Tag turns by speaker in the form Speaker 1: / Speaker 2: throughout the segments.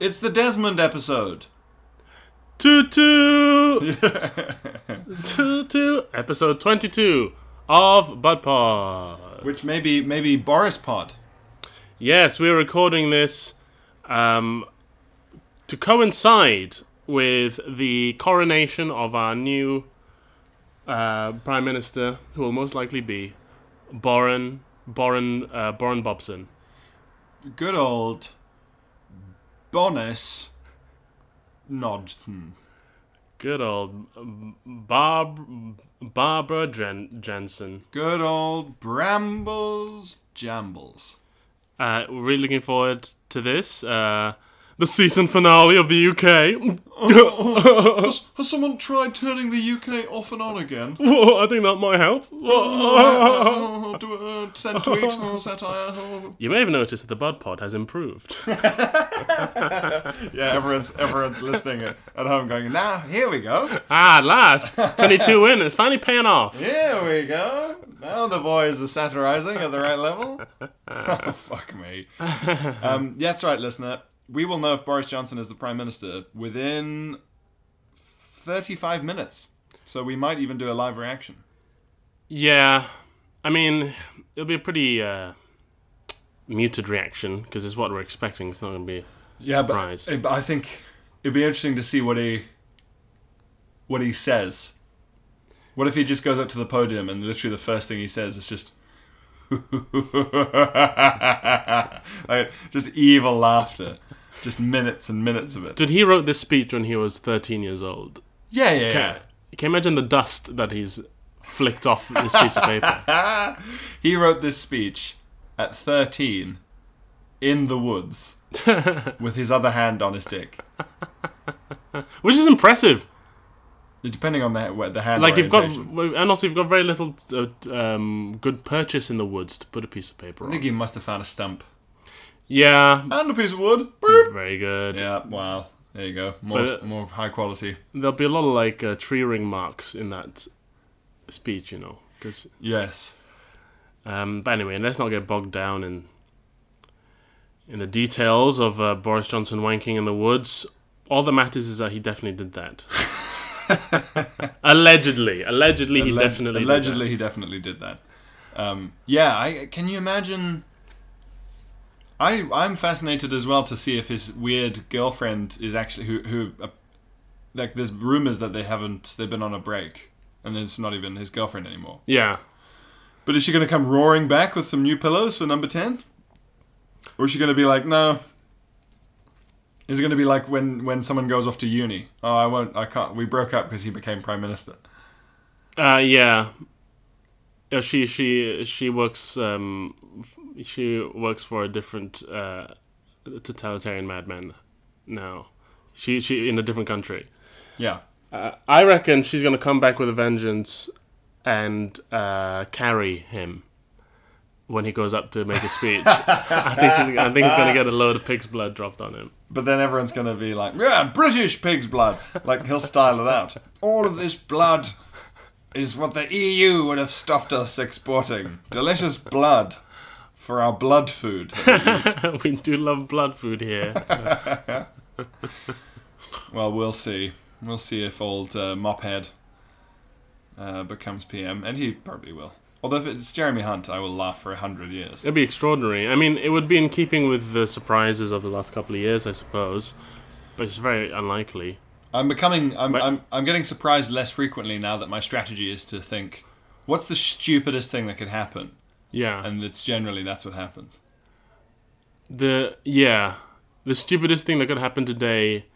Speaker 1: It's the Desmond episode.
Speaker 2: Toot toot! toot toot! Episode 22 of Bud Pod.
Speaker 1: Which maybe maybe Boris Pod.
Speaker 2: Yes, we're recording this um, to coincide with the coronation of our new uh, Prime Minister, who will most likely be Boran, Boran, uh, Boran Bobson.
Speaker 1: Good old Bonis Nodson.
Speaker 2: Good old um, Barb, Barbara Dren- Jensen.
Speaker 1: Good old Brambles Jambles.
Speaker 2: Uh, we're really looking forward to this. Uh, the season finale of the UK.
Speaker 1: Has, has someone tried turning the UK off and on again?
Speaker 2: I think that might help.
Speaker 1: Oh, do, uh, send tweet, oh, satire. oh.
Speaker 2: you may have noticed that the Bud Pod has improved.
Speaker 1: Yeah, everyone's everyone's listening at, at home going, now here we go.
Speaker 2: ah, at last. 22 in. It's finally paying off.
Speaker 1: Here we go. Now the boys are satirizing at the right level. oh, fuck me. Um, yeah, that's right, listener. We will know if Boris Johnson is the Prime Minister within 35 minutes. So we might even do a live reaction.
Speaker 2: Yeah. I mean, it'll be a pretty uh, muted reaction because it's what we're expecting. It's not going to be.
Speaker 1: Yeah,
Speaker 2: Surprise.
Speaker 1: but I think it'd be interesting to see what he what he says. What if he just goes up to the podium and literally the first thing he says is just like, just evil laughter, just minutes and minutes of it.
Speaker 2: Dude, he wrote this speech when he was 13 years old.
Speaker 1: Yeah, yeah, yeah.
Speaker 2: Can you imagine the dust that he's flicked off this piece of paper?
Speaker 1: He wrote this speech at 13 in the woods with his other hand on his dick.
Speaker 2: Which is impressive.
Speaker 1: Depending on the where the hand
Speaker 2: Like you've got,
Speaker 1: orientation.
Speaker 2: and also you've got very little uh, um, good purchase in the woods to put a piece of paper
Speaker 1: I think
Speaker 2: on.
Speaker 1: he must have found a stump
Speaker 2: Yeah,
Speaker 1: and a piece of wood. Boop.
Speaker 2: very good.
Speaker 1: Yeah, wow. There you go. More,
Speaker 2: But-
Speaker 1: more high quality.
Speaker 2: There'll be a lot of like uh, tree ring marks in that speech, you know. 'cause-
Speaker 1: Yes.
Speaker 2: um, but anyway, let's not get bogged down in in the details of uh, Boris Johnson wanking in the woods. All that matters is that he definitely did that. allegedly, allegedly, he
Speaker 1: Alleg-
Speaker 2: definitely did that.
Speaker 1: allegedly he definitely did that. Um, yeah, I can you imagine? I I'm fascinated as well to see if his weird girlfriend is actually who who uh, like there's rumors that they haven't they've been on a break and it's not even his girlfriend anymore.
Speaker 2: Yeah.
Speaker 1: But is she going to come roaring back with some new pillows for number 10? Or is she going to be like, no? Is it going to be like when, when someone goes off to uni? Oh, I won't, I can't, we broke up because he became prime minister.
Speaker 2: Uh, yeah. Yeah, she she she works um she works for a different uh totalitarian madman now. She she in a different country.
Speaker 1: Yeah.
Speaker 2: Uh, I reckon she's gonna come back with a vengeance and uh carry him when he goes up to make a speech. I think she's, I think he's gonna get a load of pig's blood dropped on him.
Speaker 1: But then everyone's going to be like, yeah, British pig's blood. Like, he'll style it out. All of this blood is what the EU would have stopped us exporting. Delicious blood for our blood food.
Speaker 2: we do love blood food here.
Speaker 1: Well, we'll see. We'll see if old uh, Mophead uh, becomes PM, and he probably will. Although if it's Jeremy Hunt, I will laugh for a hundred years.
Speaker 2: It'd be extraordinary. I mean, it would be in keeping with the surprises of the last couple of years, I suppose. But it's very unlikely.
Speaker 1: I'm becoming, I'm,
Speaker 2: But-
Speaker 1: I'm, I'm getting surprised less frequently now that my strategy is to think, what's the stupidest thing that could happen?
Speaker 2: Yeah.
Speaker 1: And it's generally that's what happens.
Speaker 2: the yeah, the stupidest thing that could happen today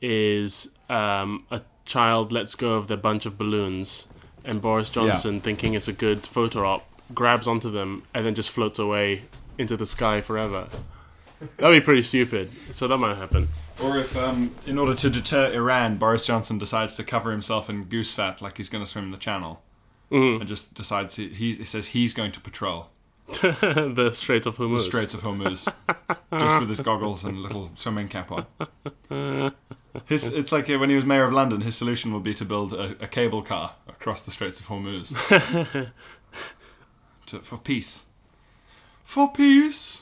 Speaker 2: is um, a child lets go of their bunch of balloons, and Boris Johnson, thinking it's a good photo op, grabs onto them and then just floats away into the sky forever. That'd be pretty stupid. So that might happen.
Speaker 1: Or if, um, in order to deter Iran, Boris Johnson decides to cover himself in goose fat like he's going to swim the channel, and just decides he, he, he says he's going to patrol
Speaker 2: the Strait of Hormuz.
Speaker 1: the Straits of Hormuz just with his goggles and little swimming cap on. His, it's like when he was mayor of London. His solution will be to build a, a cable car across the Straits of Hormuz to, for peace. For peace.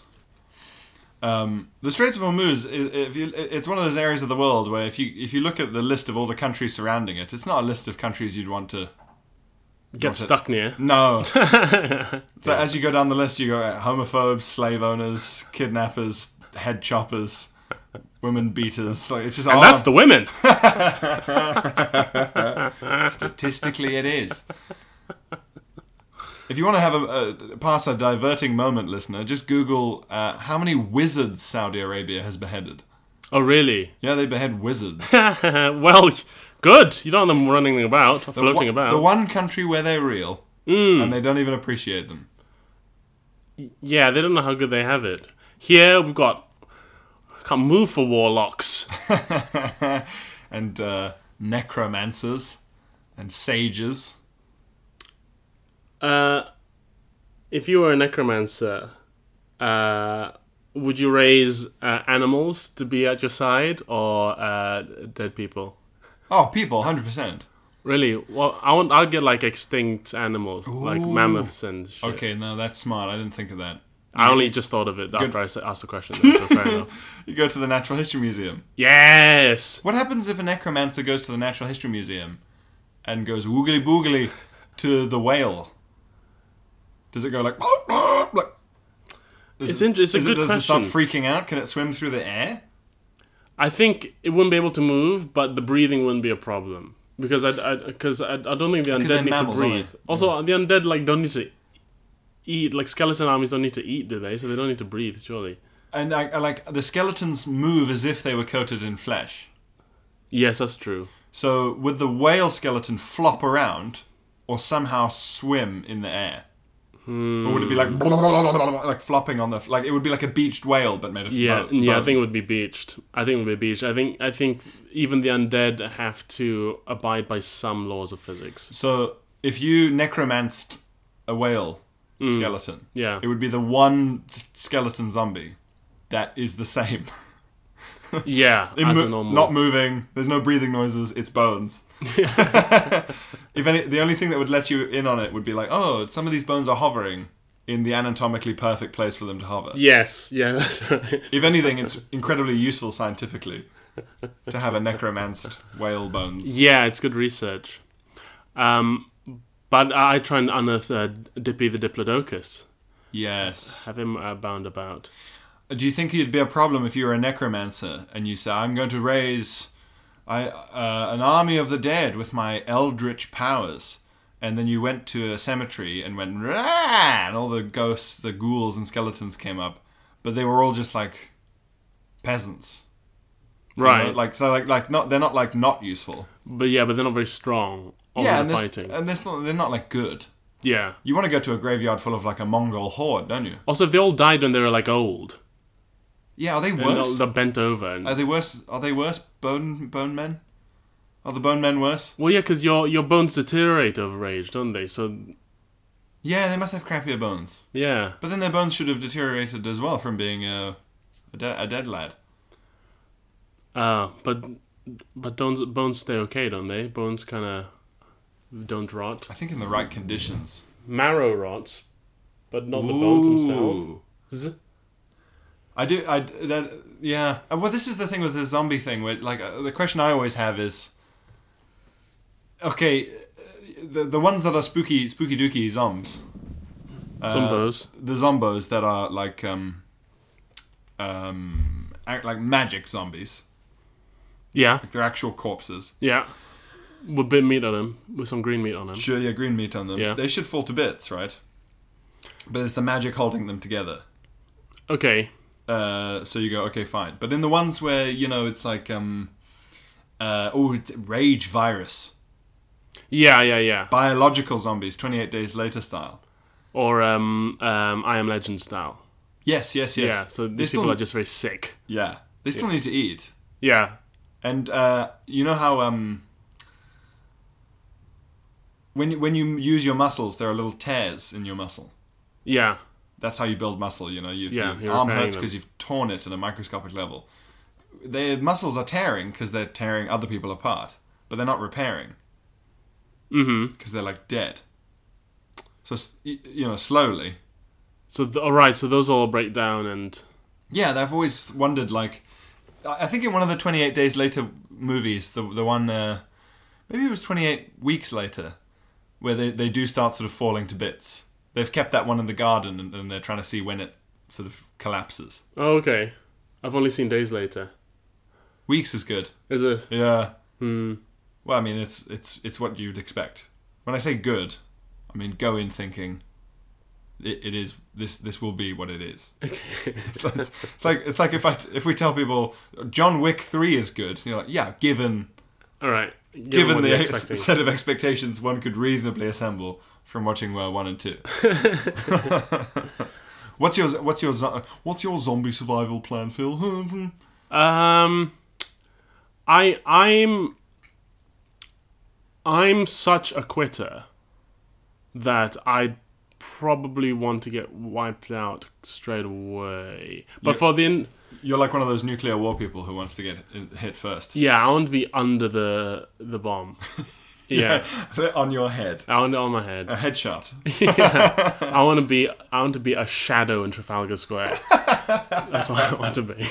Speaker 1: Um, the Straits of Hormuz, i- if you, it's one of those areas of the world where if you if you look at the list of all the countries surrounding it, it's not a list of countries you'd want to
Speaker 2: Get stuck near.
Speaker 1: no. so as you go down the list, you go uh, homophobes, slave owners, kidnappers, head choppers, women beaters. Like it's just
Speaker 2: And
Speaker 1: oh,
Speaker 2: that's the women.
Speaker 1: statistically it is. If you want to have a, a pass a diverting moment, listener, just Google uh, how many wizards Saudi Arabia has beheaded.
Speaker 2: Oh, really?
Speaker 1: Yeah, they behead wizards.
Speaker 2: well, good. You don't have them running about, or
Speaker 1: The
Speaker 2: floating
Speaker 1: one-
Speaker 2: about. Hmm.
Speaker 1: The one country where they're real, and they don't even appreciate them.
Speaker 2: Yeah, they don't know how good they have it. Here we've got can't move for warlocks.
Speaker 1: and uh, necromancers and sages.
Speaker 2: Uh, if you were a necromancer, uh, would you raise uh, animals to be at your side or uh, dead people?
Speaker 1: Oh, people, hundred percent.
Speaker 2: Really? Well, I want. I'd get like extinct animals, like mammoths and. Shit.
Speaker 1: Okay, no, that's smart. I didn't think of that.
Speaker 2: I only just thought of it after I s- asked the question. Then, so fair enough.
Speaker 1: You go to the Natural History Museum.
Speaker 2: Yes.
Speaker 1: What happens if a necromancer goes to the Natural History Museum and goes woogly boogly to the whale? Does it go like? "Oh, like does
Speaker 2: It's inter- it's a
Speaker 1: is
Speaker 2: good
Speaker 1: does it
Speaker 2: question.
Speaker 1: start freaking out? Can it swim through the air?
Speaker 2: I think it wouldn't be able to move, but the breathing wouldn't be a problem because I because I, I, don't think
Speaker 1: they're
Speaker 2: the undead need
Speaker 1: mammals,
Speaker 2: to
Speaker 1: aren't
Speaker 2: breathe.
Speaker 1: they?
Speaker 2: Also, the undead like don't need to eat. Like skeleton armies don't need to eat, do they? So they don't need to breathe, surely.
Speaker 1: And I, I like the skeletons move as if they were coated in flesh.
Speaker 2: Yes, that's true.
Speaker 1: So would the whale skeleton flop around or somehow swim in the air? Or would it be like like flopping on the like it would be like a beached whale but made of
Speaker 2: Yeah,
Speaker 1: bo-
Speaker 2: yeah. I
Speaker 1: bones.
Speaker 2: think it would be beached. I think it would be beached. I think I think even the undead have to abide by some laws of physics.
Speaker 1: so if you necromanced a whale skeleton,
Speaker 2: Mm. Yeah.
Speaker 1: it would be the one s- skeleton zombie that is the same.
Speaker 2: Yeah, as
Speaker 1: Mo-
Speaker 2: a normal.
Speaker 1: Not moving. There's no breathing noises. It's bones. if any, the only thing that would let you in on it would be like, oh, some of these bones are hovering in the anatomically perfect place for them to hover.
Speaker 2: yes, yeah, that's right.
Speaker 1: If anything, it's incredibly useful scientifically to have a necromanced whale bones.
Speaker 2: Yeah, it's good research. Um, but I I try and unearth uh, Dippy the Diplodocus.
Speaker 1: Yes.
Speaker 2: Have him uh, bound about.
Speaker 1: Do you think it'd be a problem if you were a necromancer and you say, I'm going to raise I, uh, an army of the dead with my eldritch powers? And then you went to a cemetery and went, Rah! and all the ghosts, the ghouls, and skeletons came up. But they were all just like peasants. you know?
Speaker 2: Right.
Speaker 1: Like, so like, like not, they're not like not useful.
Speaker 2: but yeah, but they're not very strong. Or
Speaker 1: yeah,
Speaker 2: yeah,
Speaker 1: and, this- uh,
Speaker 2: fighting.
Speaker 1: and this not, they're not like good.
Speaker 2: yeah.
Speaker 1: You want to go to a graveyard full of like a Mongol horde, don't you?
Speaker 2: Also, if they all died when they were like old,
Speaker 1: Yeah, are they
Speaker 2: and they're,
Speaker 1: worse?
Speaker 2: they're bent over. And,
Speaker 1: Are they worse? Are they worse? Bone bone men? Are the bone men worse?
Speaker 2: well, yeah, because your your bones deteriorate over age, don't they? So
Speaker 1: Yeah, they must have crappier bones.
Speaker 2: yeah,
Speaker 1: But then their bones should have deteriorated as well from being a a, de- a dead lad.
Speaker 2: uh, but but don't bones stay okay, don't they? Bones kind of don't rot.
Speaker 1: I think in the right conditions.
Speaker 2: Marrow rots, but not the bones themselves.
Speaker 1: Ooh.
Speaker 2: Z-
Speaker 1: I do. I that yeah. Uh, Well, this is the thing with the zombie thing. Where like uh, the question I always have is, okay, uh, the the ones that are spooky spooky dooky zombies. Uh,
Speaker 2: Zombos.
Speaker 1: the zombos that are like um um act like magic zombies.
Speaker 2: Yeah.
Speaker 1: They're actual corpses.
Speaker 2: Yeah. With bit meat on them, with some green meat on them.
Speaker 1: Sure, yeah, green meat on them.
Speaker 2: Yeah.
Speaker 1: They should fall to bits, right? But it's the magic holding them together.
Speaker 2: Okay.
Speaker 1: Uh, so you go, okay, fine. But in the ones where you know it's like um uh oh it's rage virus.
Speaker 2: Yeah, yeah, yeah.
Speaker 1: Biological zombies, twenty eight days later style.
Speaker 2: Or um, um, I Am Legend style.
Speaker 1: Yes, yes, yes.
Speaker 2: Yeah, so these
Speaker 1: They
Speaker 2: people
Speaker 1: still-
Speaker 2: are just very sick.
Speaker 1: yeah. They still need to eat.
Speaker 2: Yeah.
Speaker 1: And uh, you know how um, when you, when you use your muscles, there are little tears in your muscle.
Speaker 2: Yeah.
Speaker 1: That's how you build muscle. You know, you,
Speaker 2: Yeah,
Speaker 1: your
Speaker 2: you're
Speaker 1: arm
Speaker 2: repairing
Speaker 1: hurts
Speaker 2: them.
Speaker 1: because you've torn it at a microscopic level. Their muscles are tearing because they're tearing other people apart, but they're not repairing
Speaker 2: Mm hmm.
Speaker 1: because they're like dead. So s- y- you know, slowly.
Speaker 2: So, th- all right, so those all break down and.
Speaker 1: Yeah, I've always wondered. Like, I I think in one of the Twenty Eight Days Later movies, the the one uh, maybe it was Twenty Eight Weeks Later, where they, they do start sort of falling to bits. They've kept that one in the garden, and, and they're trying to see when it sort of collapses.
Speaker 2: Oh, okay. I've only seen Days Later.
Speaker 1: Weeks is good.
Speaker 2: Is it?
Speaker 1: Yeah.
Speaker 2: Hmm.
Speaker 1: Well, I mean, it's it's it's what you'd expect. When I say good, I mean go in thinking it, it is this this will be what it is.
Speaker 2: Okay.
Speaker 1: So it's, it's like it's like if I if we tell people John Wick three is good, you're like yeah, given
Speaker 2: all right. Given,
Speaker 1: given
Speaker 2: what
Speaker 1: the
Speaker 2: you're
Speaker 1: ex-
Speaker 2: expecting.
Speaker 1: set of expectations one could reasonably assemble from watching uh, one and two. what's your what's your zo- what's your zombie survival plan, Phil?
Speaker 2: Um, I I'm I'm such a quitter that I probably want to get wiped out straight away. But for the in-
Speaker 1: you're like one of those nuclear war people who wants to get hit first.
Speaker 2: yeah, I want to be under the the bomb. Yeah,
Speaker 1: on your head,
Speaker 2: I want it on my head.
Speaker 1: a headshot.
Speaker 2: I want to be I want to be a shadow in Trafalgar Square. That's what I want to be.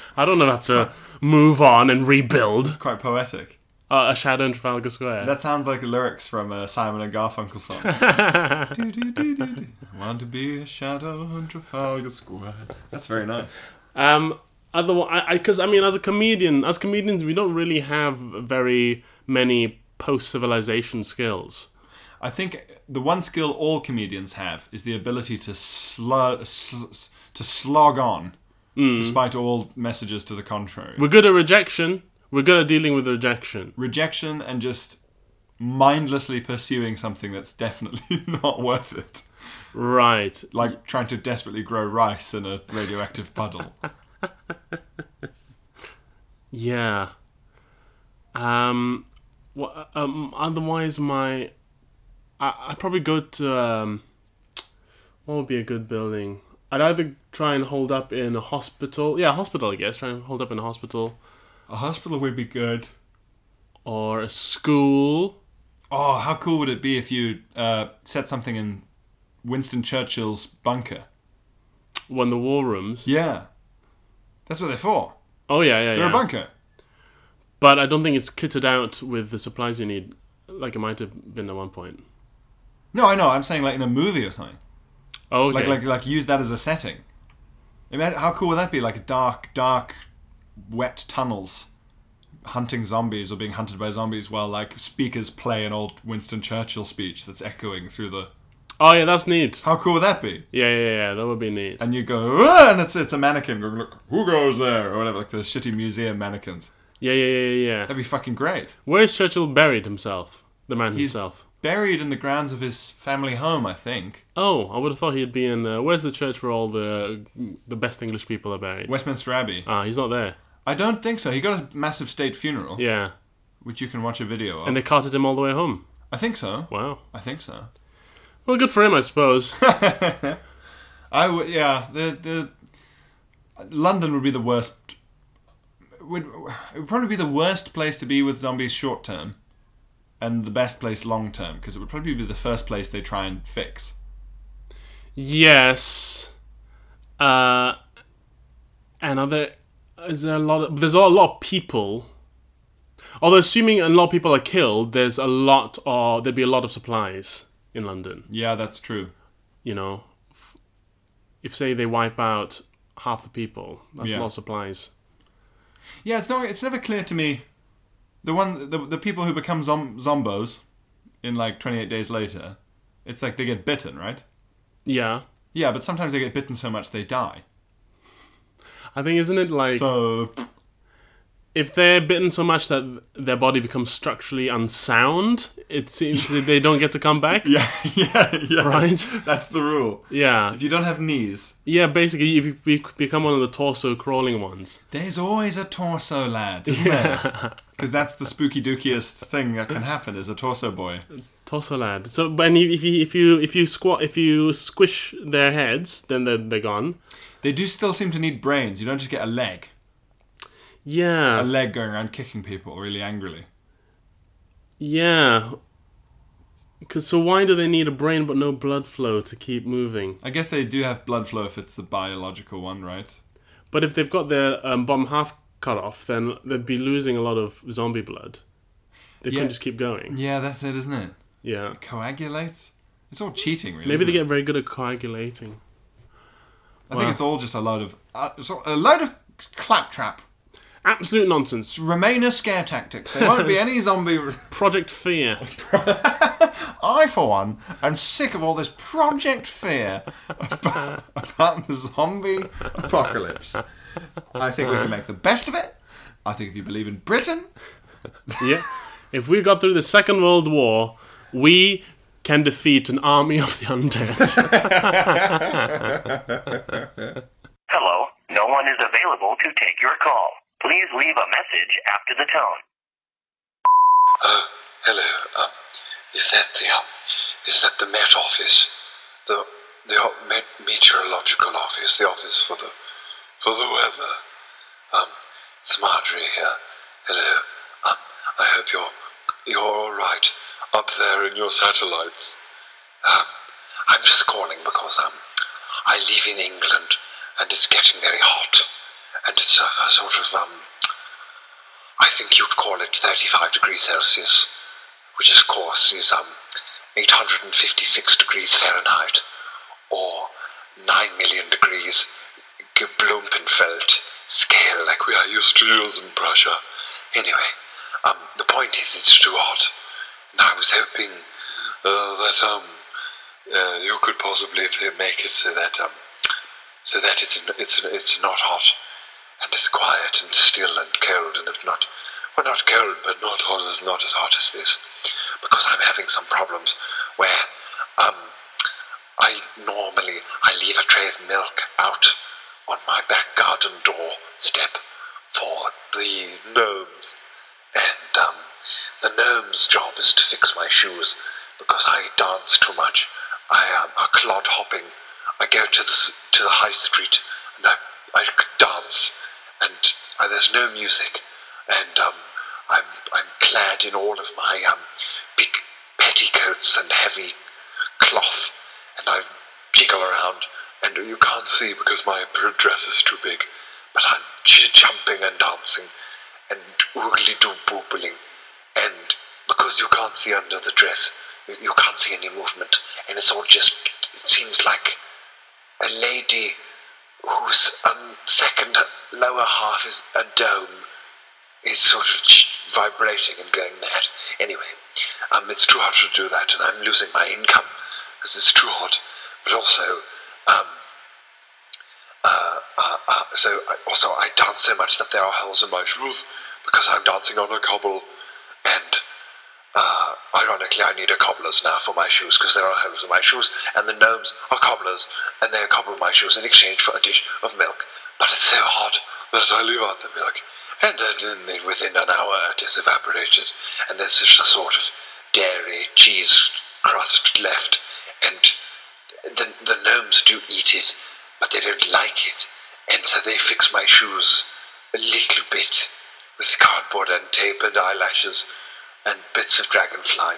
Speaker 2: I don't have to move on and rebuild
Speaker 1: Quite poetic.
Speaker 2: uh, a shadow in Trafalgar Square.
Speaker 1: That sounds like the lyrics from a Simon and Garfunkel song. Do-do-do-do-do. I want to be a shadow on Trafalgar Square. That's very nice.
Speaker 2: Um, otherwise, because I, mean, as a comedian, as comedians, we don't really have very many post-civilization skills.
Speaker 1: I think the one skill all comedians have is the ability to slur, sl- s- to slog on, despite all messages to the contrary.
Speaker 2: We're good at rejection. We're good at dealing with rejection.
Speaker 1: Rejection and just mindlessly pursuing something that's definitely not worth it.
Speaker 2: Right.
Speaker 1: Like trying to desperately grow rice in a radioactive puddle.
Speaker 2: Yeah. Um. wha- um. Otherwise, my I I probably go to um. What would be a good building? I'd either try and hold up in a hospital. Yeah, hospital. I guess try and hold up in a hospital
Speaker 1: A hospital would be good.
Speaker 2: or a school.
Speaker 1: Oh, how cool would it be if you uh, set something in Winston Churchill's bunker?
Speaker 2: When the war rooms.
Speaker 1: Yeah. That's what they're for.
Speaker 2: Oh yeah, yeah,
Speaker 1: They're
Speaker 2: yeah.
Speaker 1: a bunker.
Speaker 2: But I don't think it's kitted out with the supplies you need, like it might have been at one point.
Speaker 1: No, I know. I'm saying like in a movie or something.
Speaker 2: Oh, okay.
Speaker 1: Like, like, like use that as a setting. Imagine, how cool would that be? Like a dark, dark, wet tunnels, hunting zombies or being hunted by zombies while like speakers play an old Winston Churchill speech that's echoing through the.
Speaker 2: oh, yeah, that's neat.
Speaker 1: How cool would that be?
Speaker 2: Yeah, yeah, yeah, that would be neat.
Speaker 1: And you go, "Ah," and it's it's a mannequin going, look, who goes there or whatever, like the shitty museum mannequins.
Speaker 2: Yeah, yeah, yeah, yeah, yeah.
Speaker 1: That'd be fucking great.
Speaker 2: Where is Churchill buried himself? The man
Speaker 1: He's-
Speaker 2: himself.
Speaker 1: Buried in the grounds of his family home, I think,
Speaker 2: Oh, I would have thought he'd be in. Uh, where's the church where all the the best English people are buried?
Speaker 1: Westminster Abbey.
Speaker 2: Ah, he's not there.
Speaker 1: I don't think so. He got a massive state funeral,
Speaker 2: Yeah,
Speaker 1: which you can watch a video of.
Speaker 2: and they carted him all the way home.
Speaker 1: I think so.
Speaker 2: Wow.
Speaker 1: I think so.
Speaker 2: Well, good for him, I suppose.
Speaker 1: I would, yeah. The the London would be the worst. Would it would probably be the worst place to be with zombies short term, and the best place long term because it would probably be the first place they try and fix.
Speaker 2: Yes. Uh, and are there? Is there a lot of? There's a lot of people. Although assuming a lot of people are killed, there's a lot or there'd be a lot of supplies in London.
Speaker 1: Yeah, that's true.
Speaker 2: You know, F- if say they wipe out half the people, that's
Speaker 1: Yeah.
Speaker 2: a lot of supplies.
Speaker 1: Yeah, it's not. It's never clear to me. The one, the the people who become zom- zombos in like 28 days later, it's like they get bitten, right?
Speaker 2: Yeah,
Speaker 1: Yeah, but sometimes they get bitten so much they die.
Speaker 2: I think isn't it like
Speaker 1: So
Speaker 2: if they're bitten so much that their body becomes structurally unsound, it seems that they don't get to come back.
Speaker 1: Yeah, yeah, yeah.
Speaker 2: Right.
Speaker 1: That's the rule.
Speaker 2: Yeah,
Speaker 1: If you don't have knees,
Speaker 2: yeah. Basically, if you be- become one of the torso crawling ones.
Speaker 1: there's always a torso lad, isn't Because that's the spooky dookiest thing that can happen is a torso boy.
Speaker 2: Torso lad. So, but and if you if you if you squat if you squish their heads, then they're they're gone.
Speaker 1: They do still seem to need brains. You don't just get a leg. A
Speaker 2: Yeah,
Speaker 1: leg going around kicking people really angrily.
Speaker 2: yeah. Cause so why do they need a brain but no blood flow to keep moving?
Speaker 1: I guess they do have blood flow if it's the biological one, right?
Speaker 2: But if they've got their um, bottom half cut off, then they'd be losing a lot of zombie blood. They
Speaker 1: Yeah.
Speaker 2: couldn't just keep going.
Speaker 1: Yeah, that's it, isn't it?
Speaker 2: Yeah.
Speaker 1: Coagulate? It's all cheating, really.
Speaker 2: Maybe
Speaker 1: isn't
Speaker 2: they
Speaker 1: it?
Speaker 2: get very good at coagulating.
Speaker 1: I think it's all just a load of uh, it's all- a load of claptrap.
Speaker 2: Absolute nonsense.
Speaker 1: Remainer scare tactics. There won't be any zombie.
Speaker 2: Project Fear.
Speaker 1: I, for one, am sick of all this project fear about, about the zombie apocalypse. I think we can make the best of it. I think if you believe in Britain,
Speaker 2: yeah. If we got through the Second World War, we can defeat an army of the undead.
Speaker 3: Hello, no one is available to take your call. Please leave a message after the tone.
Speaker 4: Oh, hello. Um, is that the um, is that the Met Office, the the o- Met Meteorological Office, the office for the for the weather? Um, it's Marjorie here. Hello. Um, I hope you're you're all right up there in your satellites. Um, I'm just calling because um, I live in England and it's getting very hot, and it's a, a sort of um. I think you'd call it 35 degrees Celsius, which of course is um, 856 degrees Fahrenheit, or 9 million degrees G- Blumenfeld scale, like we are used to use in Prussia. Anyway, um, the point is it's too hot, and I was hoping uh, that um, uh, you could possibly make it so that um, so that it's it's it's not hot and it's quiet and still and cold and if not well not cold but not hot as not as hot as this because I'm having some problems where um I normally I leave a tray of milk out on my back garden door step for the gnomes and um, the gnome's job is to fix my shoes because I dance too much. I am a clod hopping. I go to the s- to the high street and I, I dance, and uh, there's no music, and um, I'm I'm clad in all of my um, big petticoats and heavy cloth, and I jiggle around, and you can't see because my dress is too big, but I'm j- jumping and dancing, and oogly doo boopling, and because you can't see under the dress, you you can't see any movement, and it's all just, it seems like a lady whose um, second lower half is a dome is sort of ch- vibrating and going mad. Anyway, um, it's too hot to do that, and I'm losing my income because it's too hot. But also, um, uh, uh, uh, so I, also I dance so much that there are holes in my shoes because I'm dancing on a cobble, and uh, ironically, I need a cobbler's now for my shoes because there are holes in my shoes, and the gnomes are cobblers, and they cobble my shoes in exchange for a dish of milk. But it's so hot that I leave out the milk, and then then within an hour it is evaporated, and there's just a sort of dairy cheese crust left, and the, the gnomes do eat it, but they don't like it, and so they fix my shoes a little bit with cardboard and tape and eyelashes and bits of dragonfly.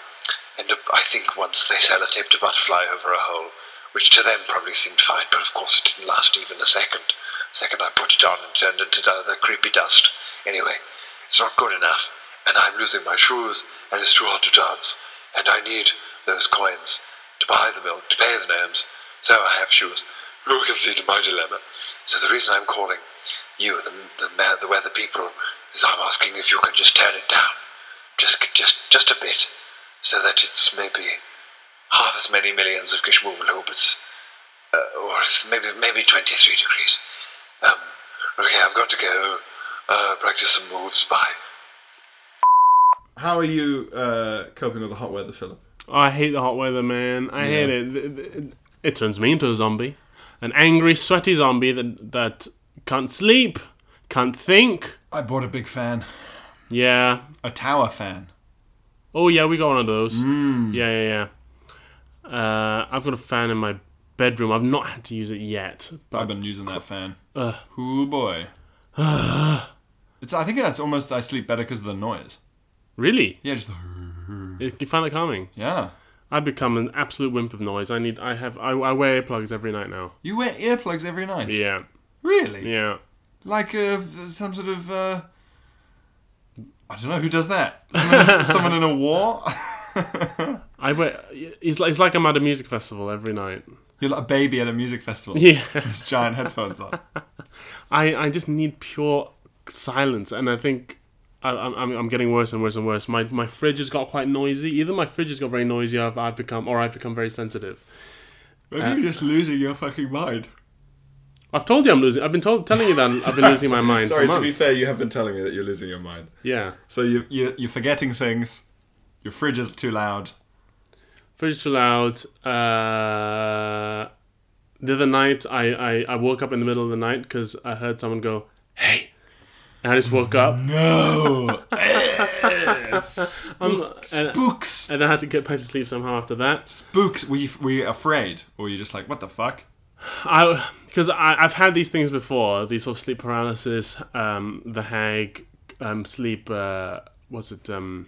Speaker 4: And a- I think once they sellotaped a butterfly over a hole, which to them probably seemed fine, but of course it didn't last even a second. The second I put it on and turned into the the creepy dust. Anyway, it's not good enough, and I'm losing my shoes, and it's too hard to dance, and I need those coins to buy the milk, to pay the gnomes, so I have shoes. You can see to my dilemma. So the reason I'm calling you, the, the, ma- the weather people, is I'm asking if you can just turn it down, just, just, just a bit, so that it's maybe half as many millions of Gishmumlhoobits, uh, or it's maybe maybe 23 degrees. Um, okay, I've got to go. uh, practice some moves by.
Speaker 1: How are you uh, coping with the hot weather, Philip?
Speaker 2: Oh, I hate the hot weather, man. I hate it. Th- th- It, turns me into a zombie, an angry, sweaty zombie that that can't sleep, can't think.
Speaker 1: I bought a big fan,
Speaker 2: Yeah.
Speaker 1: a tower fan.
Speaker 2: Oh yeah, we got one of those. Yeah, yeah, yeah. Uh, I've got a fan in my bedroom. I've not had to use it yet.
Speaker 1: I've been using that fan. Ooh boy. it's. I think that's almost. I sleep better because of the noise.
Speaker 2: Really,
Speaker 1: Yeah, just. The,
Speaker 2: you you find that calming?
Speaker 1: yeah.
Speaker 2: I've become an absolute wimp of noise. I need. I have. I, I wear earplugs every night now.
Speaker 1: You wear earplugs every night.
Speaker 2: Yeah,
Speaker 1: Really?
Speaker 2: yeah.
Speaker 1: Like uh, some sort of. Uh, I don't know who does that. Someone, someone in a war.
Speaker 2: I wear. It's like it's like I'm at a music festival every night.
Speaker 1: You're like a baby at a music festival.
Speaker 2: Yeah.
Speaker 1: These giant headphones on.
Speaker 2: I, I just need pure silence, and I think I, I'm, I'm- I'm getting worse and worse and worse. My, my fridge has got quite noisy. Either my fridge has got very noisy, or I've, I've become, or I've become very sensitive.
Speaker 1: Maybe you're just losing your fucking mind.
Speaker 2: I've told you I'm losing. I've been told, telling you that I've been losing my mind.
Speaker 1: Sorry,
Speaker 2: for
Speaker 1: to be
Speaker 2: months.
Speaker 1: fair, you have been telling me that you're losing your mind.
Speaker 2: Yeah,
Speaker 1: So you, you you're forgetting things. Your fridge is too loud.
Speaker 2: fridge too loud. Uh, the other night, I, I, I woke up in the middle of the night because I heard someone go, "Hey," and I just woke up.
Speaker 1: Oh, No.
Speaker 2: Um,
Speaker 1: uh,
Speaker 2: and,
Speaker 1: Spooks.
Speaker 2: and I had to get back to sleep somehow after that.
Speaker 1: Spooks. Were you, were you afraid, or were you just like, what the fuck?
Speaker 2: I because I I've had these things before. These sort of sleep paralysis, um, the hag, um, sleep. Uh, was it um,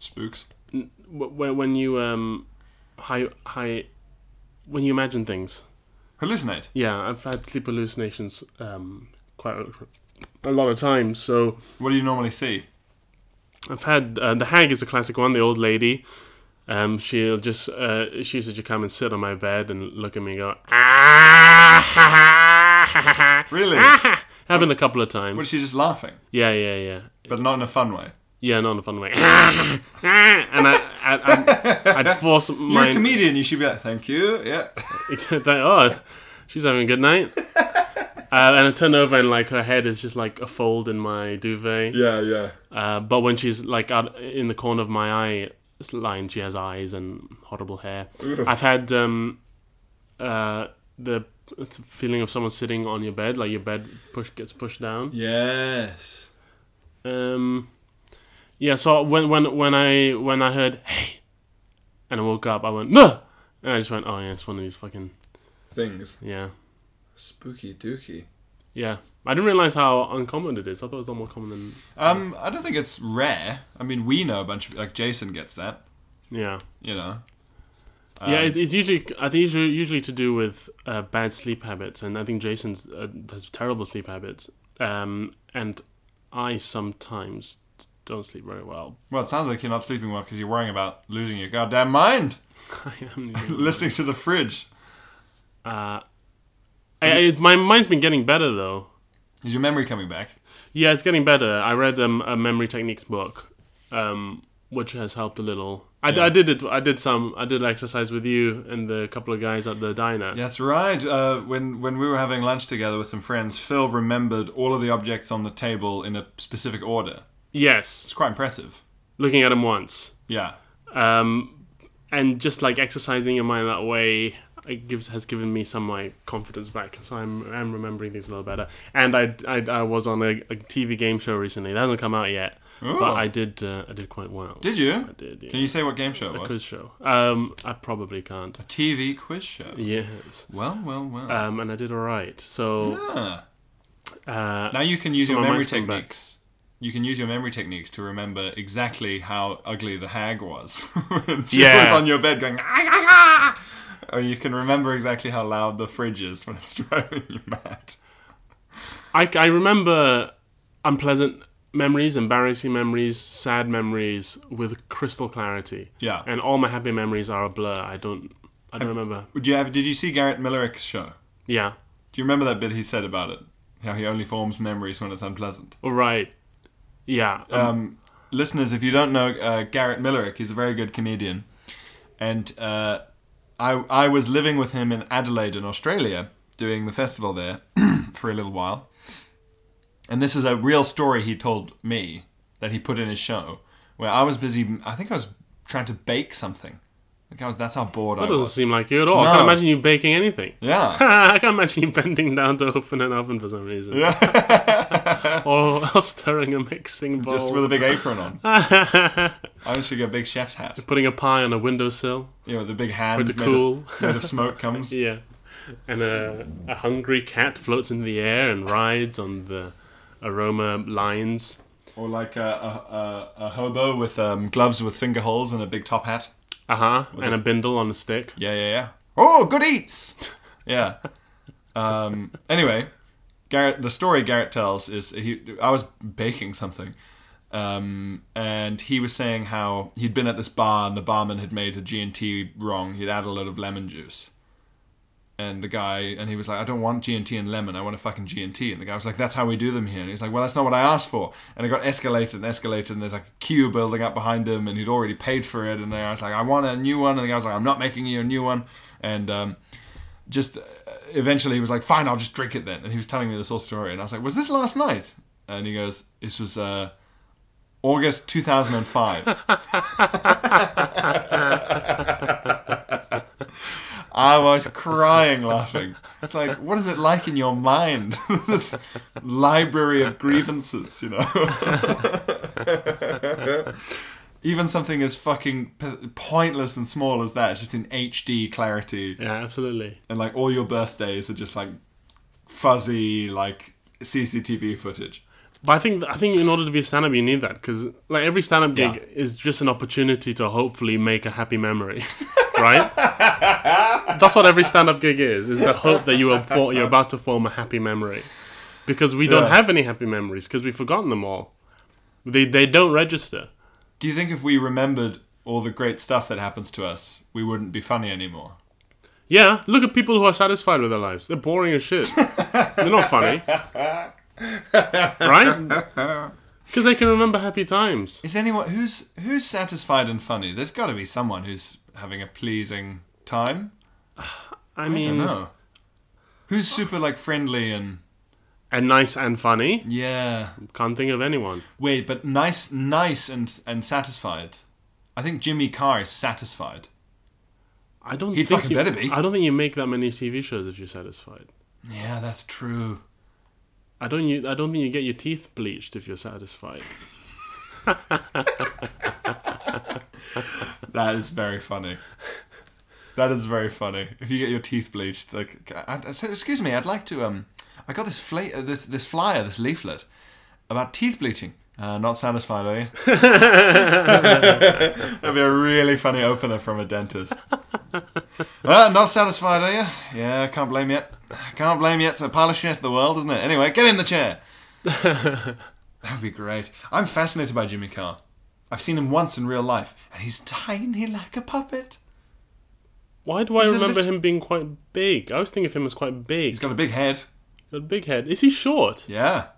Speaker 1: Spooks.
Speaker 2: when, when you um, high high when you imagine things?
Speaker 1: Hallucinate.
Speaker 2: Yeah, I've had sleep hallucinations um, quite a, a lot of times. So
Speaker 1: What do you normally see?
Speaker 2: I've had uh, the hag is a classic one. The old lady. Um, she'll just uh, she used to just come and sit on my bed and look at me and go ah ha, ha, ha, ha, ha."
Speaker 1: Really?
Speaker 2: Ah! happened a couple of times.
Speaker 1: But she's just laughing,
Speaker 2: Yeah, yeah, yeah.
Speaker 1: but not in a fun way.
Speaker 2: Yeah, not in a fun way. and I, I, I'd, I'd force
Speaker 1: You're a
Speaker 2: my.
Speaker 1: comedian. You should be like, thank you. Yeah.
Speaker 2: that, oh, she's having a good night. Uh, and I turn over and like her head is just like a fold in my duvet.
Speaker 1: Yeah, yeah.
Speaker 2: Uh, but when she's like out in the corner of my eye line, she has eyes and horrible hair. I've had um, uh, the it's a feeling of someone sitting on your bed, like your bed push gets pushed down.
Speaker 1: Yes.
Speaker 2: Um, yeah. So when when when I when I heard hey, and I woke up, I went no, and I just went oh yeah, it's one of these fucking
Speaker 1: Things.
Speaker 2: yeah
Speaker 1: Spooky dookie.
Speaker 2: yeah. I didn't realize how uncommon it is. I thought it was a lot more common than
Speaker 1: Um, I don't think it's rare. I mean, we know a bunch of like Jason gets that.
Speaker 2: yeah.
Speaker 1: You know.
Speaker 2: yeah, it, it's usually I think usually, usually to do with uh, bad sleep habits, and I think Jason's uh, has terrible sleep habits, um, and I sometimes don't sleep very well.
Speaker 1: Well, it sounds like you're not sleeping well because you're worrying about losing your goddamn mind.
Speaker 2: I am.
Speaker 1: Listening to the fridge.
Speaker 2: I, I, my mind's been getting better though.
Speaker 1: Is your memory coming back?
Speaker 2: Yeah, it's getting better. I read um, a memory techniques book, um, which has helped a little. I, I did it. I did some. I did exercise with you and the couple of guys at the diner.
Speaker 1: That's right. Uh, when when we were having lunch together with some friends, Phil remembered all of the objects on the table in a specific order.
Speaker 2: Yes,
Speaker 1: It's quite impressive.
Speaker 2: looking at them once,
Speaker 1: Yeah.
Speaker 2: um, and just like exercising your mind that way, it gives has given me some like confidence back. So I'm I'm remembering things a little better. And I I, I was on a, a TV game show recently. That hasn't come out yet,
Speaker 1: Oh.
Speaker 2: but I did uh, I did quite well.
Speaker 1: Did you?
Speaker 2: did, yeah.
Speaker 1: Can you say what game show it was?
Speaker 2: quiz show? Um, I probably can't.
Speaker 1: TV quiz show.
Speaker 2: Yes.
Speaker 1: Well, well, well.
Speaker 2: um, and I did all right. So
Speaker 1: Ah.
Speaker 2: uh,
Speaker 1: Now you can use
Speaker 2: So
Speaker 1: your
Speaker 2: my
Speaker 1: memory
Speaker 2: mind's coming back.
Speaker 1: techniques. You can use your memory techniques to remember exactly how ugly the hag was. when she
Speaker 2: Yeah.
Speaker 1: was on your bed going. "Ah, ah, ah." Or you can remember exactly how loud the fridge is when it's driving you mad.
Speaker 2: I, I remember unpleasant memories, embarrassing memories, sad memories with crystal clarity.
Speaker 1: Yeah.
Speaker 2: And all my happy memories are a blur. I don't. I don't remember.
Speaker 1: Would you have? Did you see Garrett Millerick's show?
Speaker 2: Yeah.
Speaker 1: Do you remember that bit he said about it? How he only forms memories when it's unpleasant.
Speaker 2: All right. Yeah. Um,
Speaker 1: Um, listeners, if you don't know uh, Garrett Millerick, he's a very good comedian, and uh, I I was living with him in Adelaide, in Australia, doing the festival there for a little while, and this is a real story he told me that he put in his show where I was busy. I think I was trying to bake something. Like I was. That's how bored
Speaker 2: Um, That
Speaker 1: I
Speaker 2: doesn't
Speaker 1: was.
Speaker 2: seem like you at all. I
Speaker 1: No.
Speaker 2: can't imagine you baking anything.
Speaker 1: Yeah.
Speaker 2: I can't imagine you bending down to open an oven for some reason. or, or stirring a mixing bowl.
Speaker 1: Just with a big apron on. I should get a big chef's hat.
Speaker 2: Putting a pie on a windowsill.
Speaker 1: You know, the big hand
Speaker 2: With the
Speaker 1: made,
Speaker 2: cool.
Speaker 1: of, made of smoke comes.
Speaker 2: Yeah. And a, a hungry cat floats in the air and rides on the aroma lines.
Speaker 1: Or like a, a, a, a hobo with um, gloves with finger holes and a big top hat.
Speaker 2: Uh huh. And a bindle on a stick.
Speaker 1: Yeah, yeah, yeah. Oh, good eats. yeah. Um, anyway, Garrett, the story Garrett tells is he. I was baking something, um, and he was saying how he'd been at this bar and the barman had made a G and T wrong. He'd added a lot of lemon juice. And the guy, and he was like, I don't want G and T and lemon. I want a fucking G and T. And the guy was like, That's how we do them here. And he's like, Well, that's not what I asked for. And it got escalated and escalated. And there's like a queue building up behind him, and he'd already paid for it. And I was like, I want a new one. And the guy was like, I'm not making you a new one. And um, just uh, eventually he was like, Fine, I'll just drink it then. And he was telling me this whole story. And I was like, Was this last night? And he goes, This was uh, August 2005. I was crying laughing. It's like, what is it like in your mind? this library of grievances, you know? Even something as fucking p- pointless and small as that, it's just in HD clarity.
Speaker 2: Yeah, absolutely.
Speaker 1: And like all your birthdays are just like fuzzy, like CCTV footage.
Speaker 2: But I think I think in order to be a stand-up, you need that because like every stand-up gig is just an opportunity to hopefully make a happy memory, right? That's what every stand-up gig is: is the hope that you are for, you're about to form a happy memory, because we don't
Speaker 1: Yeah.
Speaker 2: have any happy memories because we've forgotten them all. They they don't register.
Speaker 1: Do you think if we remembered all the great stuff that happens to us, we wouldn't be funny anymore?
Speaker 2: Yeah, look at people who are satisfied with their lives. They're boring as shit. They're not funny, right? Because they can remember happy times.
Speaker 1: Is anyone who's who's satisfied and funny? There's got to be someone who's having a pleasing time.
Speaker 2: I
Speaker 1: I don't
Speaker 2: mean,
Speaker 1: know. Who's super like friendly and
Speaker 2: and nice and funny.
Speaker 1: yeah.
Speaker 2: Can't think of anyone.
Speaker 1: Wait, but nice, nice and and satisfied. I think Jimmy Carr is satisfied.
Speaker 2: I don't.
Speaker 1: He'd
Speaker 2: think
Speaker 1: fucking
Speaker 2: you,
Speaker 1: better be.
Speaker 2: I don't think you make that many TV shows if you're satisfied.
Speaker 1: Yeah, that's true.
Speaker 2: I don't. You, I don't think you get your teeth bleached if you're satisfied.
Speaker 1: That is very funny. That is very funny. If you get your teeth bleached, like, I, I said, excuse me, I'd like to. Um, I got this fla- uh, this this flyer, this leaflet about teeth bleaching. Uh, not satisfied, are you? That'd be a really funny opener from a dentist. Uh, not satisfied, are you? Yeah, can't blame you. Can't blame you. It's a pile of shit, the world, isn't it? Anyway, get in the chair. That'd be great. I'm fascinated by Jimmy Carr. I've seen him once in real life, and he's tiny like a puppet.
Speaker 2: Why do I
Speaker 1: He's a
Speaker 2: remember
Speaker 1: lit-
Speaker 2: him being quite big? I was thinking of him as quite big.
Speaker 1: He's got a big head.
Speaker 2: Got a big head. Is he short?
Speaker 1: Yeah.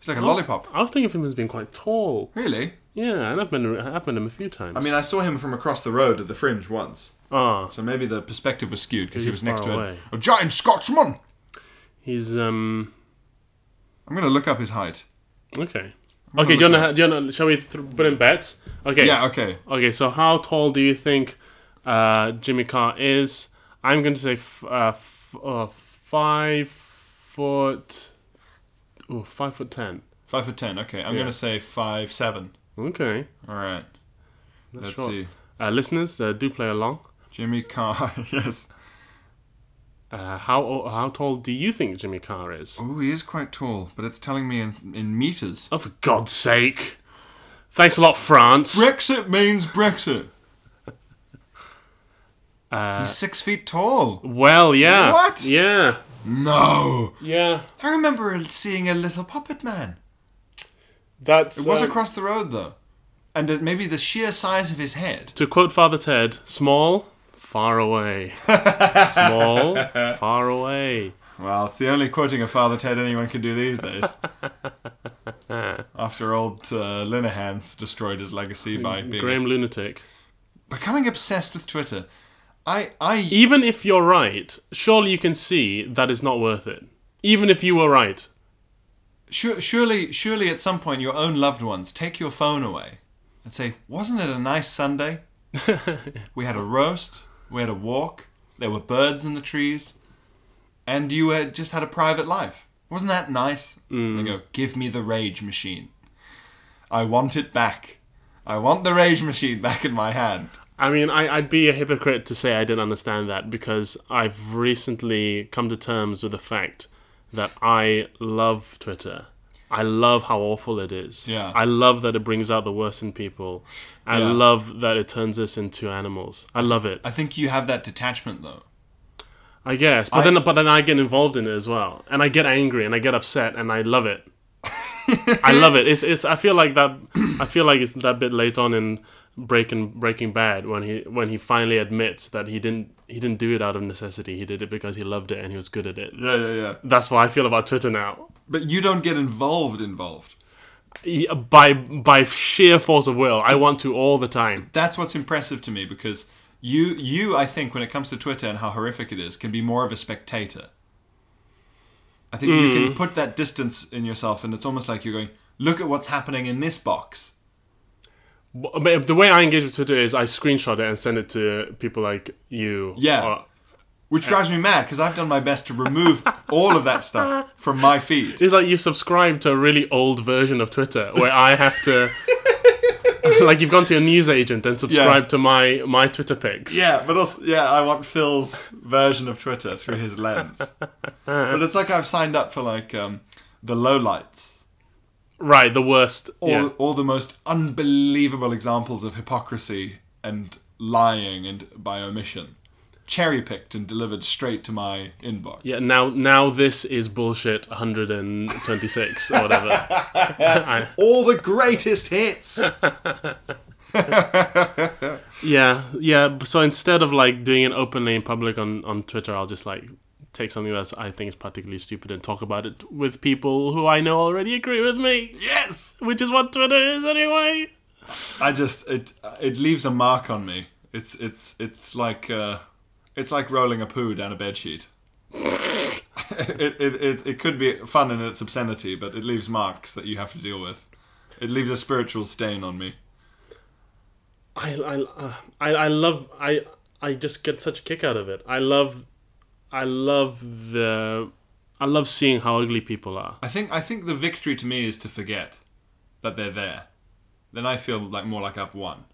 Speaker 1: He's like a lollipop.
Speaker 2: I was thinking of him as being quite tall.
Speaker 1: Really?
Speaker 2: Yeah, and I've met I've met him a few times.
Speaker 1: I mean, I saw him from across the road at the fringe once.
Speaker 2: ah,
Speaker 1: So maybe the perspective was skewed because
Speaker 2: He
Speaker 1: he
Speaker 2: was
Speaker 1: was next
Speaker 2: far
Speaker 1: to a,
Speaker 2: away.
Speaker 1: a giant Scotsman.
Speaker 2: he's um
Speaker 1: I'm going to look up his height.
Speaker 2: okay. Okay, do you, wanna, do you wanna shall we th- put in bets? Okay.
Speaker 1: Yeah, okay.
Speaker 2: Okay, so how tall do you think uh, Jimmy Carr is? I'm going to say f- uh, f- uh, five foot. Oh, five foot ten.
Speaker 1: Five foot ten. Okay, I'm going to say five seven.
Speaker 2: Okay.
Speaker 1: All right. Let's
Speaker 2: short.
Speaker 1: see.
Speaker 2: Uh, listeners, uh, do play along.
Speaker 1: Jimmy Carr. yes.
Speaker 2: Uh, how o- how tall do you think Jimmy Carr is?
Speaker 1: Oh, he is quite tall, but it's telling me in, in meters.
Speaker 2: Oh, for God's sake! Thanks a lot, France.
Speaker 1: Brexit means Brexit.
Speaker 2: Uh,
Speaker 1: He's six feet tall.
Speaker 2: Well, yeah.
Speaker 1: What?
Speaker 2: Yeah.
Speaker 1: No.
Speaker 2: Yeah.
Speaker 1: I remember seeing a little puppet man.
Speaker 2: That's
Speaker 1: It was
Speaker 2: uh,
Speaker 1: across the road though, and it, maybe the sheer size of his head.
Speaker 2: to quote Father Ted: "Small, far away. Small, far away."
Speaker 1: Well, it's the only quoting of Father Ted anyone can do these days. After old uh, Linehan's destroyed his legacy by being
Speaker 2: Graham lunatic.
Speaker 1: becoming obsessed with Twitter, I I
Speaker 2: Even if you're right, surely you can see that it's not worth it. Even if you were right,
Speaker 1: Sure, surely, surely, at some point, your own loved ones take your phone away and say, "Wasn't it a nice Sunday? we had a roast, we had a walk, there were birds in the trees, and you had just had a private life. Wasn't that nice?" And they go, "Give me the rage machine. I want it back. I want the rage machine back in my hand."
Speaker 2: I mean, I, I'd be a hypocrite to say I didn't understand that because I've recently come to terms with the fact that I love Twitter. I love how awful it is.
Speaker 1: Yeah.
Speaker 2: I love that it brings out the worst in people. I
Speaker 1: Yeah.
Speaker 2: love that it turns us into animals. I love it.
Speaker 1: I think you have that detachment though.
Speaker 2: I guess, but
Speaker 1: I-
Speaker 2: then but then I get involved in it as well, and I get angry and I get upset and I love it. I love it. It's it's. I feel like that. I feel like it's that bit late on in Breaking Breaking Bad when he when he finally admits that he didn't he didn't do it out of necessity. He did it because he loved it and he was good at it.
Speaker 1: Yeah, yeah, yeah.
Speaker 2: That's what I feel about Twitter now.
Speaker 1: But you don't get involved. Involved.
Speaker 2: E- By by sheer force of will, I want to all the time.
Speaker 1: that's what's impressive to me because you you I think when it comes to Twitter and how horrific it is can be more of a spectator. I think you can put that distance in yourself and it's almost like you're going look at what's happening in this box.
Speaker 2: But- but The way I engage with Twitter is I screenshot it and send it to people like you.
Speaker 1: Yeah.
Speaker 2: or-
Speaker 1: Which drives me mad because I've done my best to remove all of that stuff from my feed.
Speaker 2: It's like you subscribe to a really old version of Twitter where I have to like you've gone to a news agent and subscribed to my my Twitter pics.
Speaker 1: Yeah, but also yeah, I want Phil's version of Twitter through his lens. But it's like I've signed up for like um, the lowlights.
Speaker 2: Right, the worst.
Speaker 1: all,
Speaker 2: yeah.
Speaker 1: all the most unbelievable examples of hypocrisy and lying and by omission cherry picked and delivered straight to my inbox
Speaker 2: Yeah, now now this is bullshit 126 or whatever.
Speaker 1: all the greatest hits
Speaker 2: yeah, yeah. So instead of like doing it openly in public on on Twitter, I'll just like take something that I think is particularly stupid and talk about it with people who I know already agree with me,
Speaker 1: yes
Speaker 2: which is what Twitter is anyway.
Speaker 1: i just it it leaves a mark on me it's it's it's like uh it's like rolling a poo down a bedsheet it, it, it it could be fun in its obscenity but it leaves marks that you have to deal with it leaves a spiritual stain on me
Speaker 2: I I, uh, I I love I I just get such a kick out of it. I love I love the I love seeing how ugly people are.
Speaker 1: I think I think the victory to me is to forget that they're there. Then I feel like more like I've won.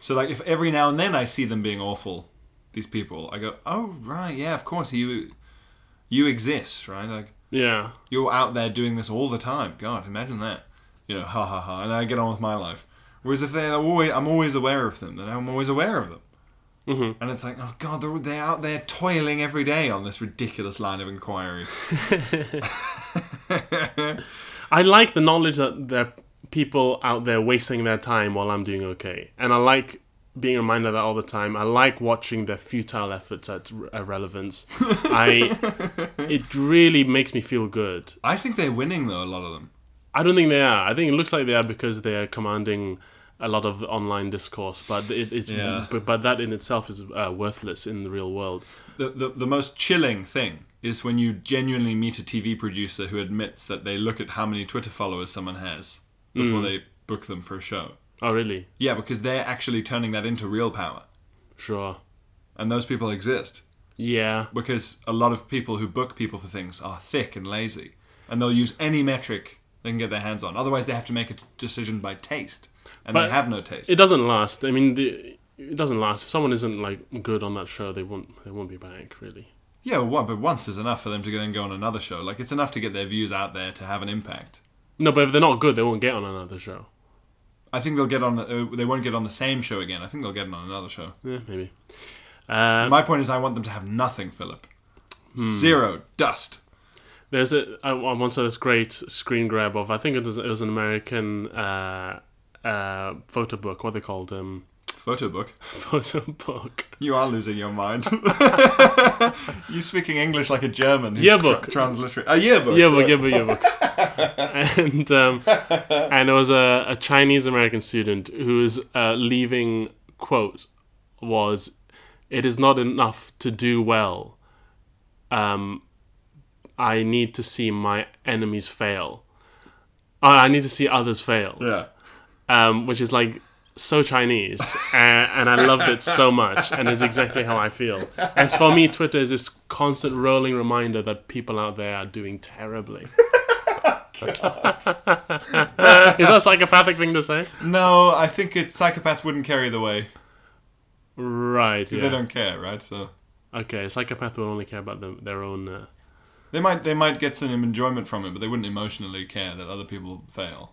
Speaker 1: So like if every now and then I see them being awful, these people, I go, oh right, yeah, of course you you exist, right? Like
Speaker 2: Yeah.
Speaker 1: you're out there doing this all the time. God, imagine that. You know, ha ha ha, and I get on with my life. Whereas if they're always, I'm always aware of them, then I'm always aware of them. Mm-hmm. And it's like, oh God, they're, they're out there toiling every day on this ridiculous line of inquiry.
Speaker 2: I like the knowledge that there are people out there wasting their time while I'm doing okay. And I like being reminded of that all the time. I like watching their futile efforts at r- irrelevance. I it really makes me feel good.
Speaker 1: I think they're winning though, a lot of them.
Speaker 2: I don't think they are. I think it looks like they are because they are commanding a lot of online discourse, but it, it's
Speaker 1: Yeah.
Speaker 2: but, but that in itself is uh, worthless in the real world.
Speaker 1: The, the the most chilling thing is when you genuinely meet a TV producer who admits that they look at how many Twitter followers someone has
Speaker 2: Mm.
Speaker 1: before they book them for a show.
Speaker 2: Oh, really?
Speaker 1: Yeah, because they're actually turning that into real power,
Speaker 2: Sure.
Speaker 1: and those people exist
Speaker 2: Yeah.
Speaker 1: because a lot of people who book people for things are thick and lazy, and they'll use any metric they can get their hands on. Otherwise, they have to make a decision by taste, and
Speaker 2: But
Speaker 1: they have no taste.
Speaker 2: It doesn't last. I mean, the, it doesn't last. If someone isn't like good on that show, they won't they won't be back really.
Speaker 1: Yeah, well, one- but once is enough for them to go and go on another show. Like it's enough to get their views out there to have an impact.
Speaker 2: No, but if they're not good, they won't get on another show.
Speaker 1: I think they'll get on. Uh, they won't get on the same show again. I think they'll get on another show.
Speaker 2: Yeah, maybe. Um,
Speaker 1: My point is, I want them to have nothing, Philip.
Speaker 2: Hmm.
Speaker 1: Zero dust.
Speaker 2: There's a I, I once saw this great screen grab of I think it was it was an American uh, uh, photo book. What they called um,
Speaker 1: Photo book.
Speaker 2: photo book.
Speaker 1: You are losing your mind. you speaking English like a German. who's
Speaker 2: Yearbook.
Speaker 1: Tra- transliterate. A yearbook.
Speaker 2: yearbook, yearbook, yearbook. and um, and there was a, a Chinese American student whose uh, leaving quote was, "It is not enough to do well. Um, I need to see my enemies fail. I I need to see others fail
Speaker 1: Yeah.
Speaker 2: um, which is like so Chinese, and, and I loved it so much, and it's exactly how I feel. And for me, Twitter is this constant rolling reminder that people out there are doing terribly. is that a psychopathic thing to say?
Speaker 1: No, I think it psychopaths wouldn't carry the way.
Speaker 2: Right.
Speaker 1: They
Speaker 2: Yeah.
Speaker 1: don't care, right? So
Speaker 2: Okay. A psychopath will only care about them, their own. Uh,
Speaker 1: they might they might get some enjoyment from it, but they wouldn't emotionally care that other people fail.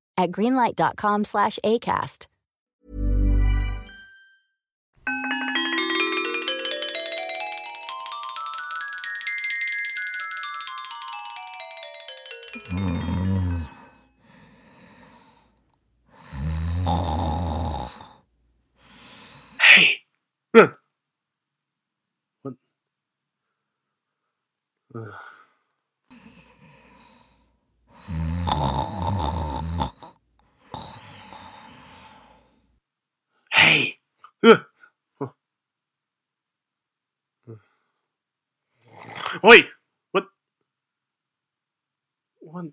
Speaker 5: at greenlight.com slash ACAST.
Speaker 3: Hey, hey,
Speaker 2: Wait, what? What?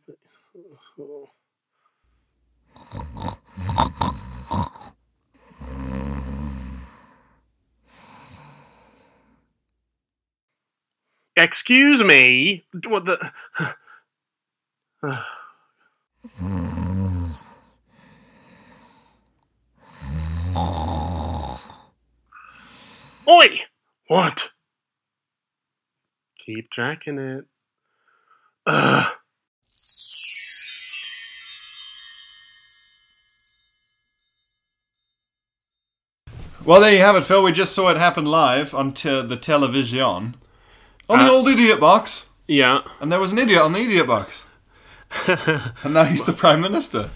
Speaker 2: Excuse me. What the? Oi! What? Keep jacking it. Ugh.
Speaker 1: Well, there you have it, Phil. We just saw it happen live on te- the television on the
Speaker 2: Uh,
Speaker 1: old idiot box,
Speaker 2: Yeah.
Speaker 1: and there was an idiot on the idiot box, and now he's the prime minister.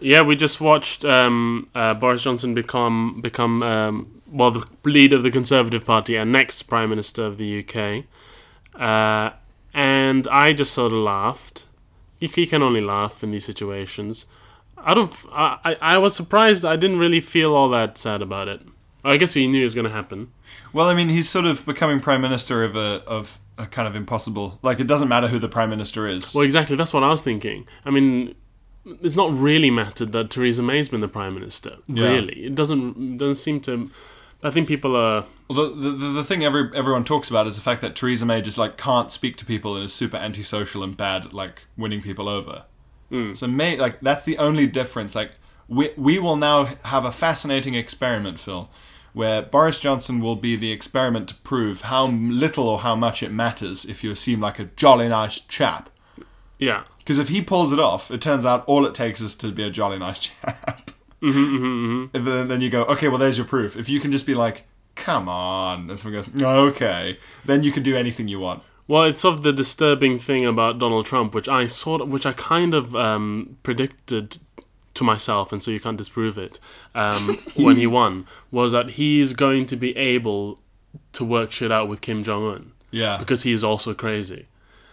Speaker 2: Yeah, we just watched um, uh, Boris Johnson become become um, well the leader of the Conservative Party and next Prime Minister of the UK, uh, and I just sort of laughed. You, c- you can only laugh in these situations. I don't. f- I, I- I was surprised. I didn't really feel all that sad about it. I guess we knew it was going to happen.
Speaker 1: Well, I mean, he's sort of becoming prime minister of a of a kind of impossible. Like it doesn't matter who the prime minister is.
Speaker 2: Well, exactly. That's what I was thinking. I mean, it's not really mattered that Theresa May's been the prime minister. Really, it doesn't doesn't seem to. I think people are.
Speaker 1: The, the, the the thing every, everyone talks about is the fact that Theresa May just like can't speak to people and is super antisocial and bad at like winning people over. So May like that's the only difference. Like we we will now have a fascinating experiment, Phil, where Boris Johnson will be the experiment to prove how little or how much it matters if you seem like a jolly nice chap.
Speaker 2: Yeah.
Speaker 1: Because if he pulls it off, it turns out all it takes is to be a jolly nice chap. Mm-hmm, And then you go, okay, well, there's your proof. If you can just be like, come on, and someone goes, okay, then you can do anything you want.
Speaker 2: Well, it's sort of the disturbing thing about Donald Trump, which I sort of, which I kind of um, predicted to myself, and so you can't disprove it. Um, when he won, was that he's going to be able to work shit out with Kim Jong Un
Speaker 1: Yeah,
Speaker 2: because he is also crazy,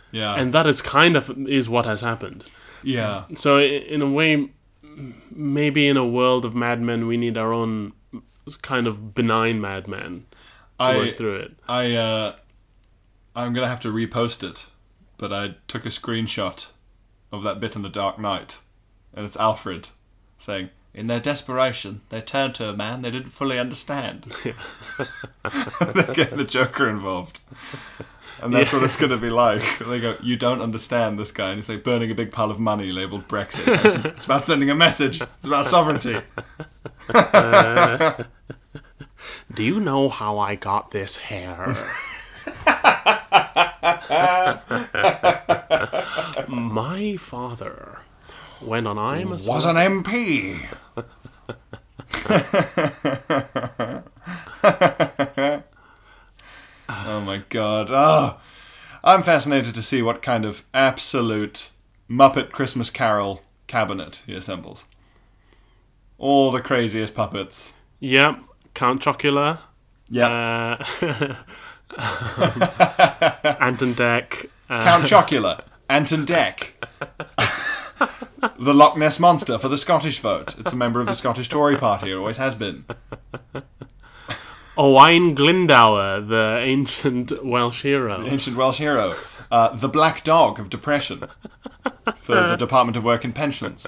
Speaker 1: yeah,
Speaker 2: and that is kind of is what has happened.
Speaker 1: yeah,
Speaker 2: So i- in a way, m- maybe in a world of madmen, we need our own kind of benign madman to
Speaker 1: I,
Speaker 2: work through it.
Speaker 1: I, uh, I'm gonna have to repost it, but I took a screenshot of that bit in the Dark Knight, and it's Alfred saying, In their desperation, they turned to a man they didn't fully understand. they get the Joker involved. And that's what it's going to be like. They go, You don't understand this guy. And he's like burning a big pile of money labeled Brexit. It's, it's about sending a message, it's about sovereignty.
Speaker 2: Do you know how I got this hair? My father, when an I'm a
Speaker 1: Was an MP. oh my god. Oh, I'm fascinated to see what kind of absolute Muppet Christmas Carol cabinet he assembles. All the craziest puppets.
Speaker 2: Yep, Count Chocula,
Speaker 1: Yeah.
Speaker 2: uh, Anton Deck, uh,
Speaker 1: Count Chocula, Anton Deck, the Loch Ness Monster for the Scottish vote. It's a member of the Scottish Tory party, it always has been.
Speaker 2: Owain Glyndawr, the ancient Welsh hero.
Speaker 1: ancient Welsh hero, uh, the Black Dog of Depression for the Department of Work and Pensions,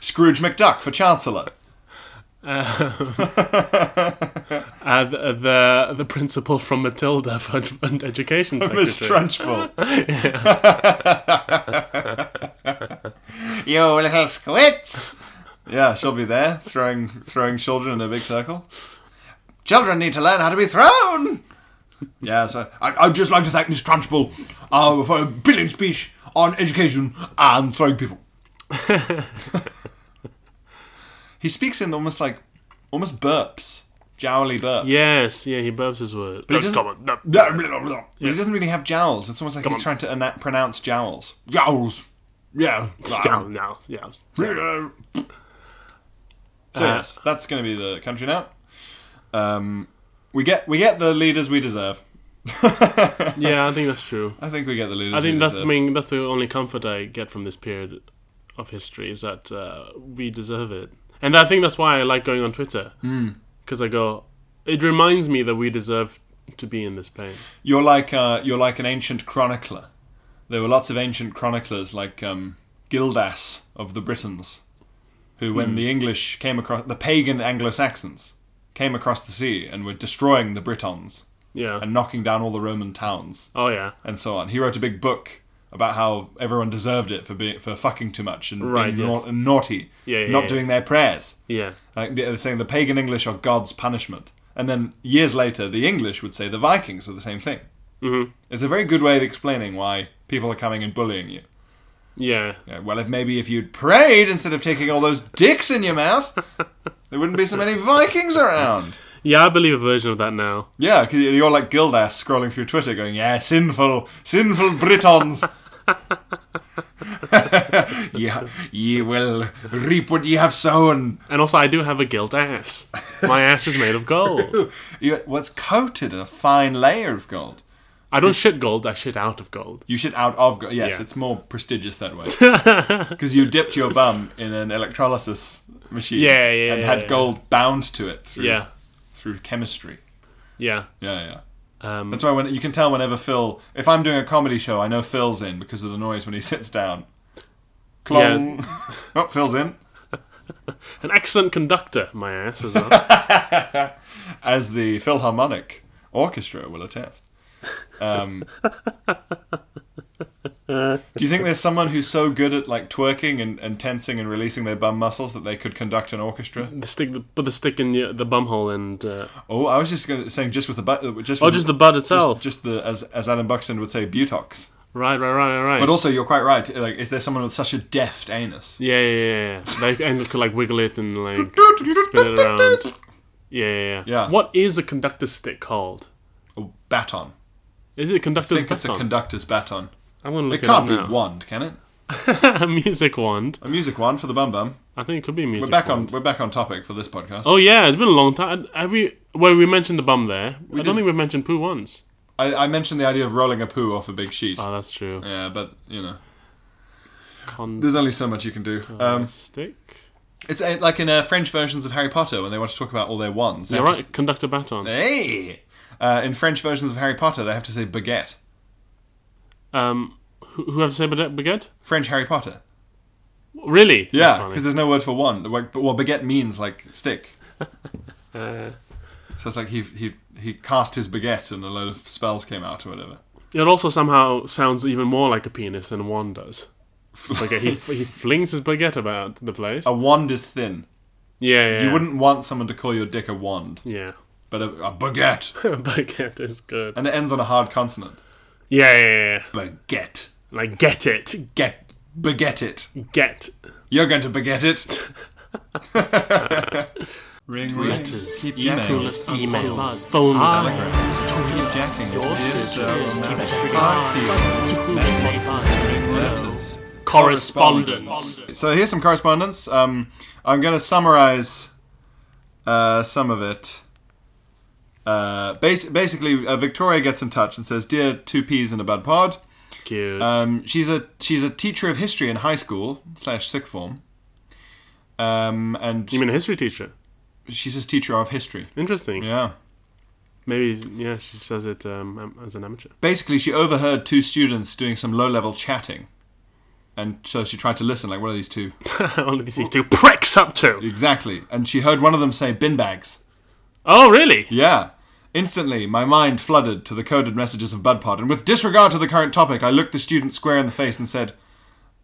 Speaker 1: Scrooge McDuck for Chancellor,
Speaker 2: Uh, the, the the principal from Matilda for, for education secretary.
Speaker 1: Miss Trunchbull. you little squits! Yeah, she'll be there throwing throwing children in a big circle. Children need to learn how to be thrown. Yeah, so I, I'd just like to thank Miss Trunchbull uh, for a brilliant speech on education and throwing people. he speaks in almost like almost burps, jowly burps.
Speaker 2: Yes, yeah, he burps his words.
Speaker 1: But he
Speaker 2: No,
Speaker 1: doesn't-
Speaker 2: come on, no.
Speaker 1: Blah, blah, blah, blah. He doesn't really have jowls. It's almost like he's trying to ana- pronounce jowls. Jowls. Yeah. Ah,
Speaker 2: Down now, yeah.
Speaker 1: So
Speaker 2: Uh,
Speaker 1: yes, that's going to be the country now. Um, we get we get the leaders we deserve.
Speaker 2: Yeah, I think that's true.
Speaker 1: I think we get the leaders.
Speaker 2: I think
Speaker 1: we
Speaker 2: that's. I
Speaker 1: deserve.
Speaker 2: mean, that's the only comfort I get from this period of history is that uh, we deserve it, and I think that's why I like going on Twitter
Speaker 1: Hmm.
Speaker 2: because I go. It reminds me that we deserve to be in this pain.
Speaker 1: You're like uh, you're like an ancient chronicler. There were lots of ancient chroniclers like um, Gildas of the Britons, who,
Speaker 2: Hmm.
Speaker 1: when the English came across the pagan Anglo Saxons, came across the sea and were destroying the Britons
Speaker 2: Yeah.
Speaker 1: and knocking down all the Roman towns
Speaker 2: oh yeah.
Speaker 1: and so on. He wrote a big book about how everyone deserved it for being for fucking too much and
Speaker 2: Right,
Speaker 1: being
Speaker 2: yes.
Speaker 1: nau- and naughty,
Speaker 2: Yeah, yeah,
Speaker 1: not
Speaker 2: yeah.
Speaker 1: doing their prayers.
Speaker 2: Yeah.
Speaker 1: Like they're saying the pagan English are God's punishment. And then years later, the English would say the Vikings were the same thing.
Speaker 2: Mhm.
Speaker 1: It's a very good way of explaining why people are coming and bullying you.
Speaker 2: Yeah.
Speaker 1: Yeah, well, if maybe if you'd prayed instead of taking all those dicks in your mouth, there wouldn't be so many Vikings around.
Speaker 2: Yeah, I believe a version of that now.
Speaker 1: Yeah, 'cause you're like Gildas scrolling through Twitter going, yeah, sinful, sinful Britons. ye, ye will reap what ye have sown.
Speaker 2: And also, I do have a gilt ass. My ass is made of gold.
Speaker 1: You, what's coated in a fine layer of gold?
Speaker 2: I don't shit gold, I shit out of gold.
Speaker 1: You should out of gold. Yes,
Speaker 2: Yeah.
Speaker 1: it's more prestigious that way. Because you dipped your bum in an electrolysis machine
Speaker 2: Yeah, yeah,
Speaker 1: and
Speaker 2: yeah,
Speaker 1: had
Speaker 2: yeah.
Speaker 1: gold bound to it through,
Speaker 2: Yeah.
Speaker 1: through chemistry.
Speaker 2: Yeah.
Speaker 1: Yeah, yeah.
Speaker 2: Um,
Speaker 1: That's why when you can tell whenever Phil, if I'm doing a comedy show, I know Phil's in because of the noise when he sits down. Clong. oh, Phil's in.
Speaker 2: An excellent conductor, my ass as well.
Speaker 1: As the Philharmonic Orchestra will attest. Um, do you think there's someone who's so good at like twerking and, and tensing and releasing their bum muscles that they could conduct an orchestra?
Speaker 2: the stick, the, put the stick in the, the bum hole and. Uh,
Speaker 1: Oh, I was just going to saying just with the butt, uh, just
Speaker 2: oh,
Speaker 1: with
Speaker 2: just the butt itself.
Speaker 1: just, just the as as Adam Buxton would say, butox.
Speaker 2: right, right, right, right, right.
Speaker 1: But also, you're quite right. Like, is there someone with such a deft anus?
Speaker 2: yeah, yeah, yeah. yeah. They and could like wiggle it and like spin it around. Yeah, yeah, yeah.
Speaker 1: Yeah.
Speaker 2: What is a conductor stick called?
Speaker 1: A baton.
Speaker 2: Is it a
Speaker 1: I
Speaker 2: conductor's
Speaker 1: think it's a
Speaker 2: baton?
Speaker 1: conductor's baton.
Speaker 2: I'm gonna
Speaker 1: It
Speaker 2: look it,
Speaker 1: can't be
Speaker 2: up now.
Speaker 1: wand, can it?
Speaker 2: a music wand.
Speaker 1: A music wand for the bum bum.
Speaker 2: I think it could be a music.
Speaker 1: We're back
Speaker 2: wand.
Speaker 1: on we're back on topic for this podcast.
Speaker 2: Oh yeah, it's been a long time. Have we? Well, we mentioned the bum there. I
Speaker 1: did.
Speaker 2: don't think we've mentioned poo once.
Speaker 1: I, I mentioned the idea of rolling a poo off a big sheet.
Speaker 2: Oh, that's true.
Speaker 1: Yeah, but you know,
Speaker 2: Con-
Speaker 1: there's only so much you can do.
Speaker 2: Oh,
Speaker 1: Um,
Speaker 2: stick.
Speaker 1: it's uh like in uh, French versions of Harry Potter when they want to talk about all their wands. They
Speaker 2: You're
Speaker 1: have
Speaker 2: right.
Speaker 1: to
Speaker 2: Conductor baton.
Speaker 1: s- hey, uh, in French versions of Harry Potter, they have to say baguette.
Speaker 2: Um, who, who have to say baguette? baguette?
Speaker 1: French Harry Potter.
Speaker 2: Really? That's
Speaker 1: Yeah,
Speaker 2: funny.
Speaker 1: because there's no word for one. Like, Well, baguette means like stick. so it's like he he he cast his baguette and a load of spells came out or whatever.
Speaker 2: It also somehow sounds even more like a penis than one does. Like he he flings his baguette about the place.
Speaker 1: A wand is thin.
Speaker 2: yeah, yeah.
Speaker 1: Oh, You wouldn't want someone to call your dick a wand,
Speaker 2: Yeah,
Speaker 1: but a, a baguette,
Speaker 2: baguette is good.
Speaker 1: and it ends on a hard consonant.
Speaker 2: Yeah, yeah, yeah, yeah.
Speaker 1: Baguette,
Speaker 2: Like get it,
Speaker 1: get baguette it.
Speaker 2: get.
Speaker 1: You're going to baguette it. ring ring.
Speaker 6: Letters,
Speaker 1: Keep jacking.
Speaker 6: coolest emails,
Speaker 2: Phone
Speaker 6: eyes,
Speaker 1: Keep jacking.
Speaker 6: your sisters, keep a strict
Speaker 1: Keep
Speaker 6: eye to whom they find.
Speaker 1: letters.
Speaker 2: correspondence.
Speaker 1: So here's some correspondence. Um, I'm going to summarize uh, some of it. Uh, bas- basically, uh, Victoria gets in touch and says, "Dear two peas in a bad pod."
Speaker 2: Cute.
Speaker 1: Um, she's a she's a teacher of history in high school slash sixth form. Um, and
Speaker 2: you mean a history teacher?
Speaker 1: she's a teacher of history.
Speaker 2: Interesting.
Speaker 1: Yeah.
Speaker 2: Maybe yeah, she says it um, am- as an amateur.
Speaker 1: Basically, she overheard two students doing some low level chatting, and so she tried to listen. Like, what are these two
Speaker 2: What did these two pricks up to?
Speaker 1: exactly? And she heard one of them say bin bags.
Speaker 2: Oh, really?
Speaker 1: Yeah. Instantly, my mind flooded to the coded messages of Budpod, and with disregard to the current topic, I looked the student square in the face and said,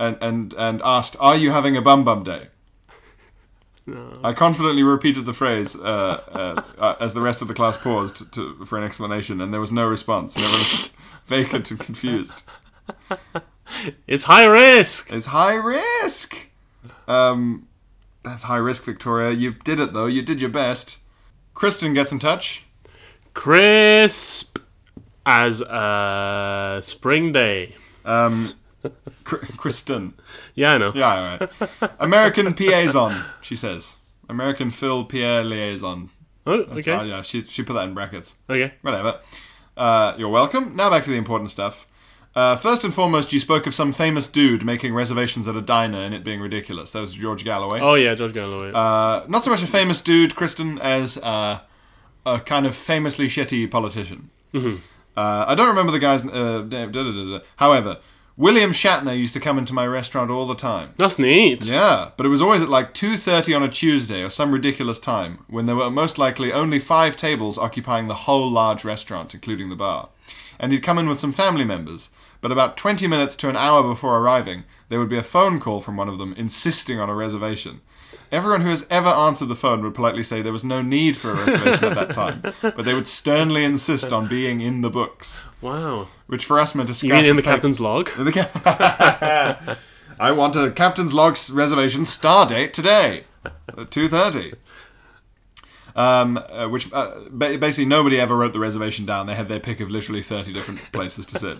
Speaker 1: and and and asked, "Are you having a bum bum day?" I confidently repeated the phrase uh, uh, uh, as the rest of the class paused to, for an explanation, and there was no response. And everyone was just vacant and confused.
Speaker 2: It's high risk.
Speaker 1: It's high risk. Um, that's high risk, Victoria. You did it though. You did your best. Kristen gets in touch.
Speaker 2: Crisp as a spring day.
Speaker 1: Kr- Kristen.
Speaker 2: Yeah, I know.
Speaker 1: Yeah, all right. American liaison, she says. American Phil Pierre liaison.
Speaker 2: Oh,
Speaker 1: That's
Speaker 2: okay.
Speaker 1: right, yeah, she, she put that in brackets.
Speaker 2: Okay.
Speaker 1: Whatever. Uh, you're welcome. Now back to the important stuff. Uh, first and foremost, you spoke of some famous dude making reservations at a diner and it being ridiculous. That was George Galloway.
Speaker 2: Oh yeah, George Galloway.
Speaker 1: Uh, not so much a famous dude, Kristen, as uh, a kind of famously shitty politician.
Speaker 2: Mm-hmm.
Speaker 1: Uh, I don't remember the guy's uh, name. da, da, da, da. However, William Shatner used to come into my restaurant all the time.
Speaker 2: That's neat.
Speaker 1: Yeah, but it was always at like 2:30 on a Tuesday or some ridiculous time when there were most likely only 5 tables occupying the whole large restaurant including the bar. And he'd come in with some family members, but about 20 minutes to an hour before arriving, there would be a phone call from one of them insisting on a reservation. Everyone who has ever answered the phone would politely say there was no need for a reservation at that time, but they would sternly insist on being in the books,
Speaker 2: Wow.
Speaker 1: which for us meant a
Speaker 2: You mean in the
Speaker 1: scrap-
Speaker 2: captain's log?
Speaker 1: the ca- I want a captain's log s- reservation star date today at two thirty. Um, uh, which uh, ba- basically nobody ever wrote the reservation down. They had their pick of literally thirty different places to sit.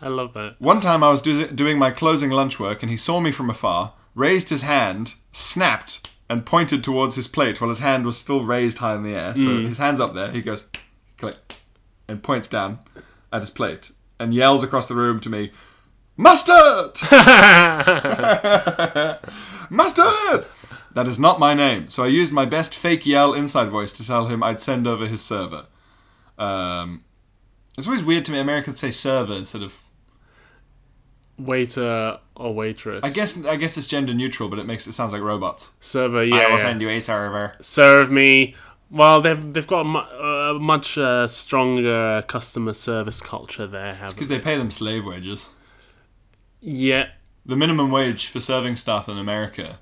Speaker 2: I love that.
Speaker 1: One time I was do- doing my closing lunch work, and he saw me from afar, raised his hand, snapped, and pointed towards his plate while his hand was still raised high in the air. So his hand's up there. He goes, click, and points down at his plate and yells across the room to me, Mustard! Mustard! That is not my name, so I used my best fake yell inside voice to tell him I'd send over his server. Um, it's always weird to me. Americans say server instead of.
Speaker 2: Waiter or waitress.
Speaker 1: I guess I guess it's gender neutral, but it makes it sounds like robots.
Speaker 2: Server. Yeah.
Speaker 1: I will
Speaker 2: yeah.
Speaker 1: send you a server.
Speaker 2: serve me. Well, they've they've got a mu- uh, much uh, stronger customer service culture there, haven't
Speaker 1: Because they pay them slave wages.
Speaker 2: Yeah,
Speaker 1: The minimum wage for serving staff in America,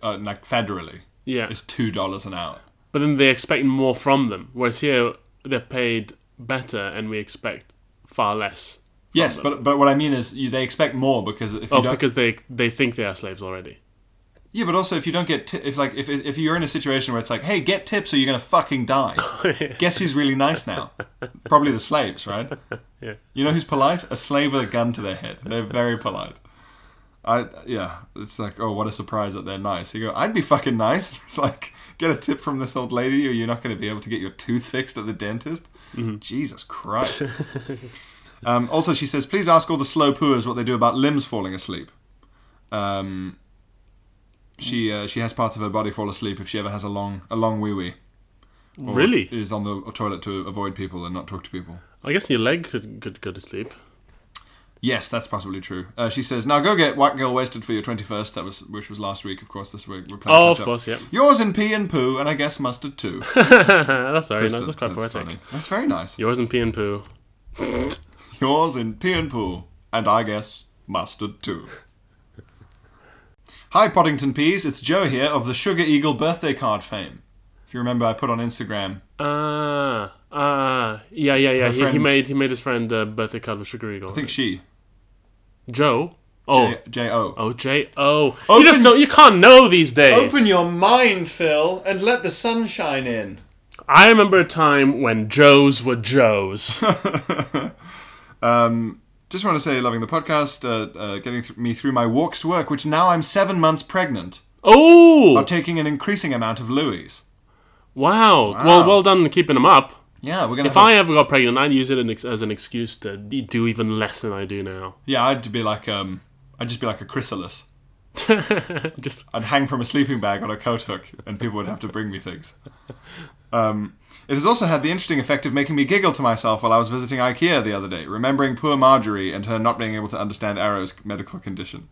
Speaker 1: uh, like federally,
Speaker 2: yeah.
Speaker 1: is two dollars an hour.
Speaker 2: But then they expect more from them, whereas here they're paid better, and we expect far less.
Speaker 1: Yes, but but what I mean is you, they expect more because if you
Speaker 2: Oh,
Speaker 1: don't,
Speaker 2: because they they think they are slaves already.
Speaker 1: yeah, but also if you don't get ti if like if if you're in a situation where it's like, hey, get tips or you're gonna fucking die. Guess who's really nice now? Probably the slaves, right?
Speaker 2: Yeah.
Speaker 1: You know who's polite? A slave with a gun to their head. They're very polite. I yeah, it's like oh what a surprise that they're nice. You go, I'd be fucking nice. It's like get a tip from this old lady, or you're not going to be able to get your tooth fixed at the dentist. Jesus Christ. um, also, she says, please ask all the slow pooers what they do about limbs falling asleep. Um, she uh, she has parts of her body fall asleep if she ever has a long a long wee wee. Oh.
Speaker 2: really?
Speaker 1: Is on the toilet to avoid people and not talk to people.
Speaker 2: I guess your leg could could go to sleep.
Speaker 1: Yes, that's possibly true. Uh, she says, "Now go get White Girl Wasted for your twenty-first. That was which was last week, of course. This week we're playing.
Speaker 2: Oh,
Speaker 1: catch
Speaker 2: of
Speaker 1: up.
Speaker 2: course, yep.
Speaker 1: Yours in pee and poo, and I guess mustard too.
Speaker 2: that's very nice. That's quite
Speaker 1: That's
Speaker 2: poetic.
Speaker 1: funny. That's very nice.
Speaker 2: Yours and pee and poo.
Speaker 1: Yours in pee and poo, and I guess mustard too. Hi, Poddington Peas. It's Joe here of the Sugar Eagle birthday card fame. If you remember, I put on Instagram.
Speaker 2: Ah, ah, yeah, yeah, yeah.
Speaker 1: Her
Speaker 2: He, he
Speaker 1: friend-
Speaker 2: made he made his friend uh, a birthday card with Sugar Eagle.
Speaker 1: I think she.
Speaker 2: Joe. Oh,
Speaker 1: J- J-O.
Speaker 2: oh, J O. You
Speaker 1: Open-
Speaker 2: just don't. You can't know these days.
Speaker 1: Open your mind, Phil, and let the sunshine in.
Speaker 2: I remember a time when Joes were Joes.
Speaker 1: Just want to say, loving the podcast, uh, uh, getting th- me through my walk's work, which now I'm seven months pregnant,
Speaker 2: oh,
Speaker 1: are taking an increasing amount of Louis.
Speaker 2: wow. Well, well done keeping them up.
Speaker 1: Yeah, we're gonna.
Speaker 2: If
Speaker 1: have a-
Speaker 2: I ever got pregnant, I'd use it an ex- as an excuse to d- do even less than I do now.
Speaker 1: yeah, I'd be like, um, I'd just be like a chrysalis.
Speaker 2: Just
Speaker 1: I'd hang from a sleeping bag on a coat hook, and people would have to bring me things. Um, it has also had the interesting effect of making me giggle to myself while I was visiting IKEA the other day, remembering poor Marjorie and her not being able to understand Arrow's medical condition.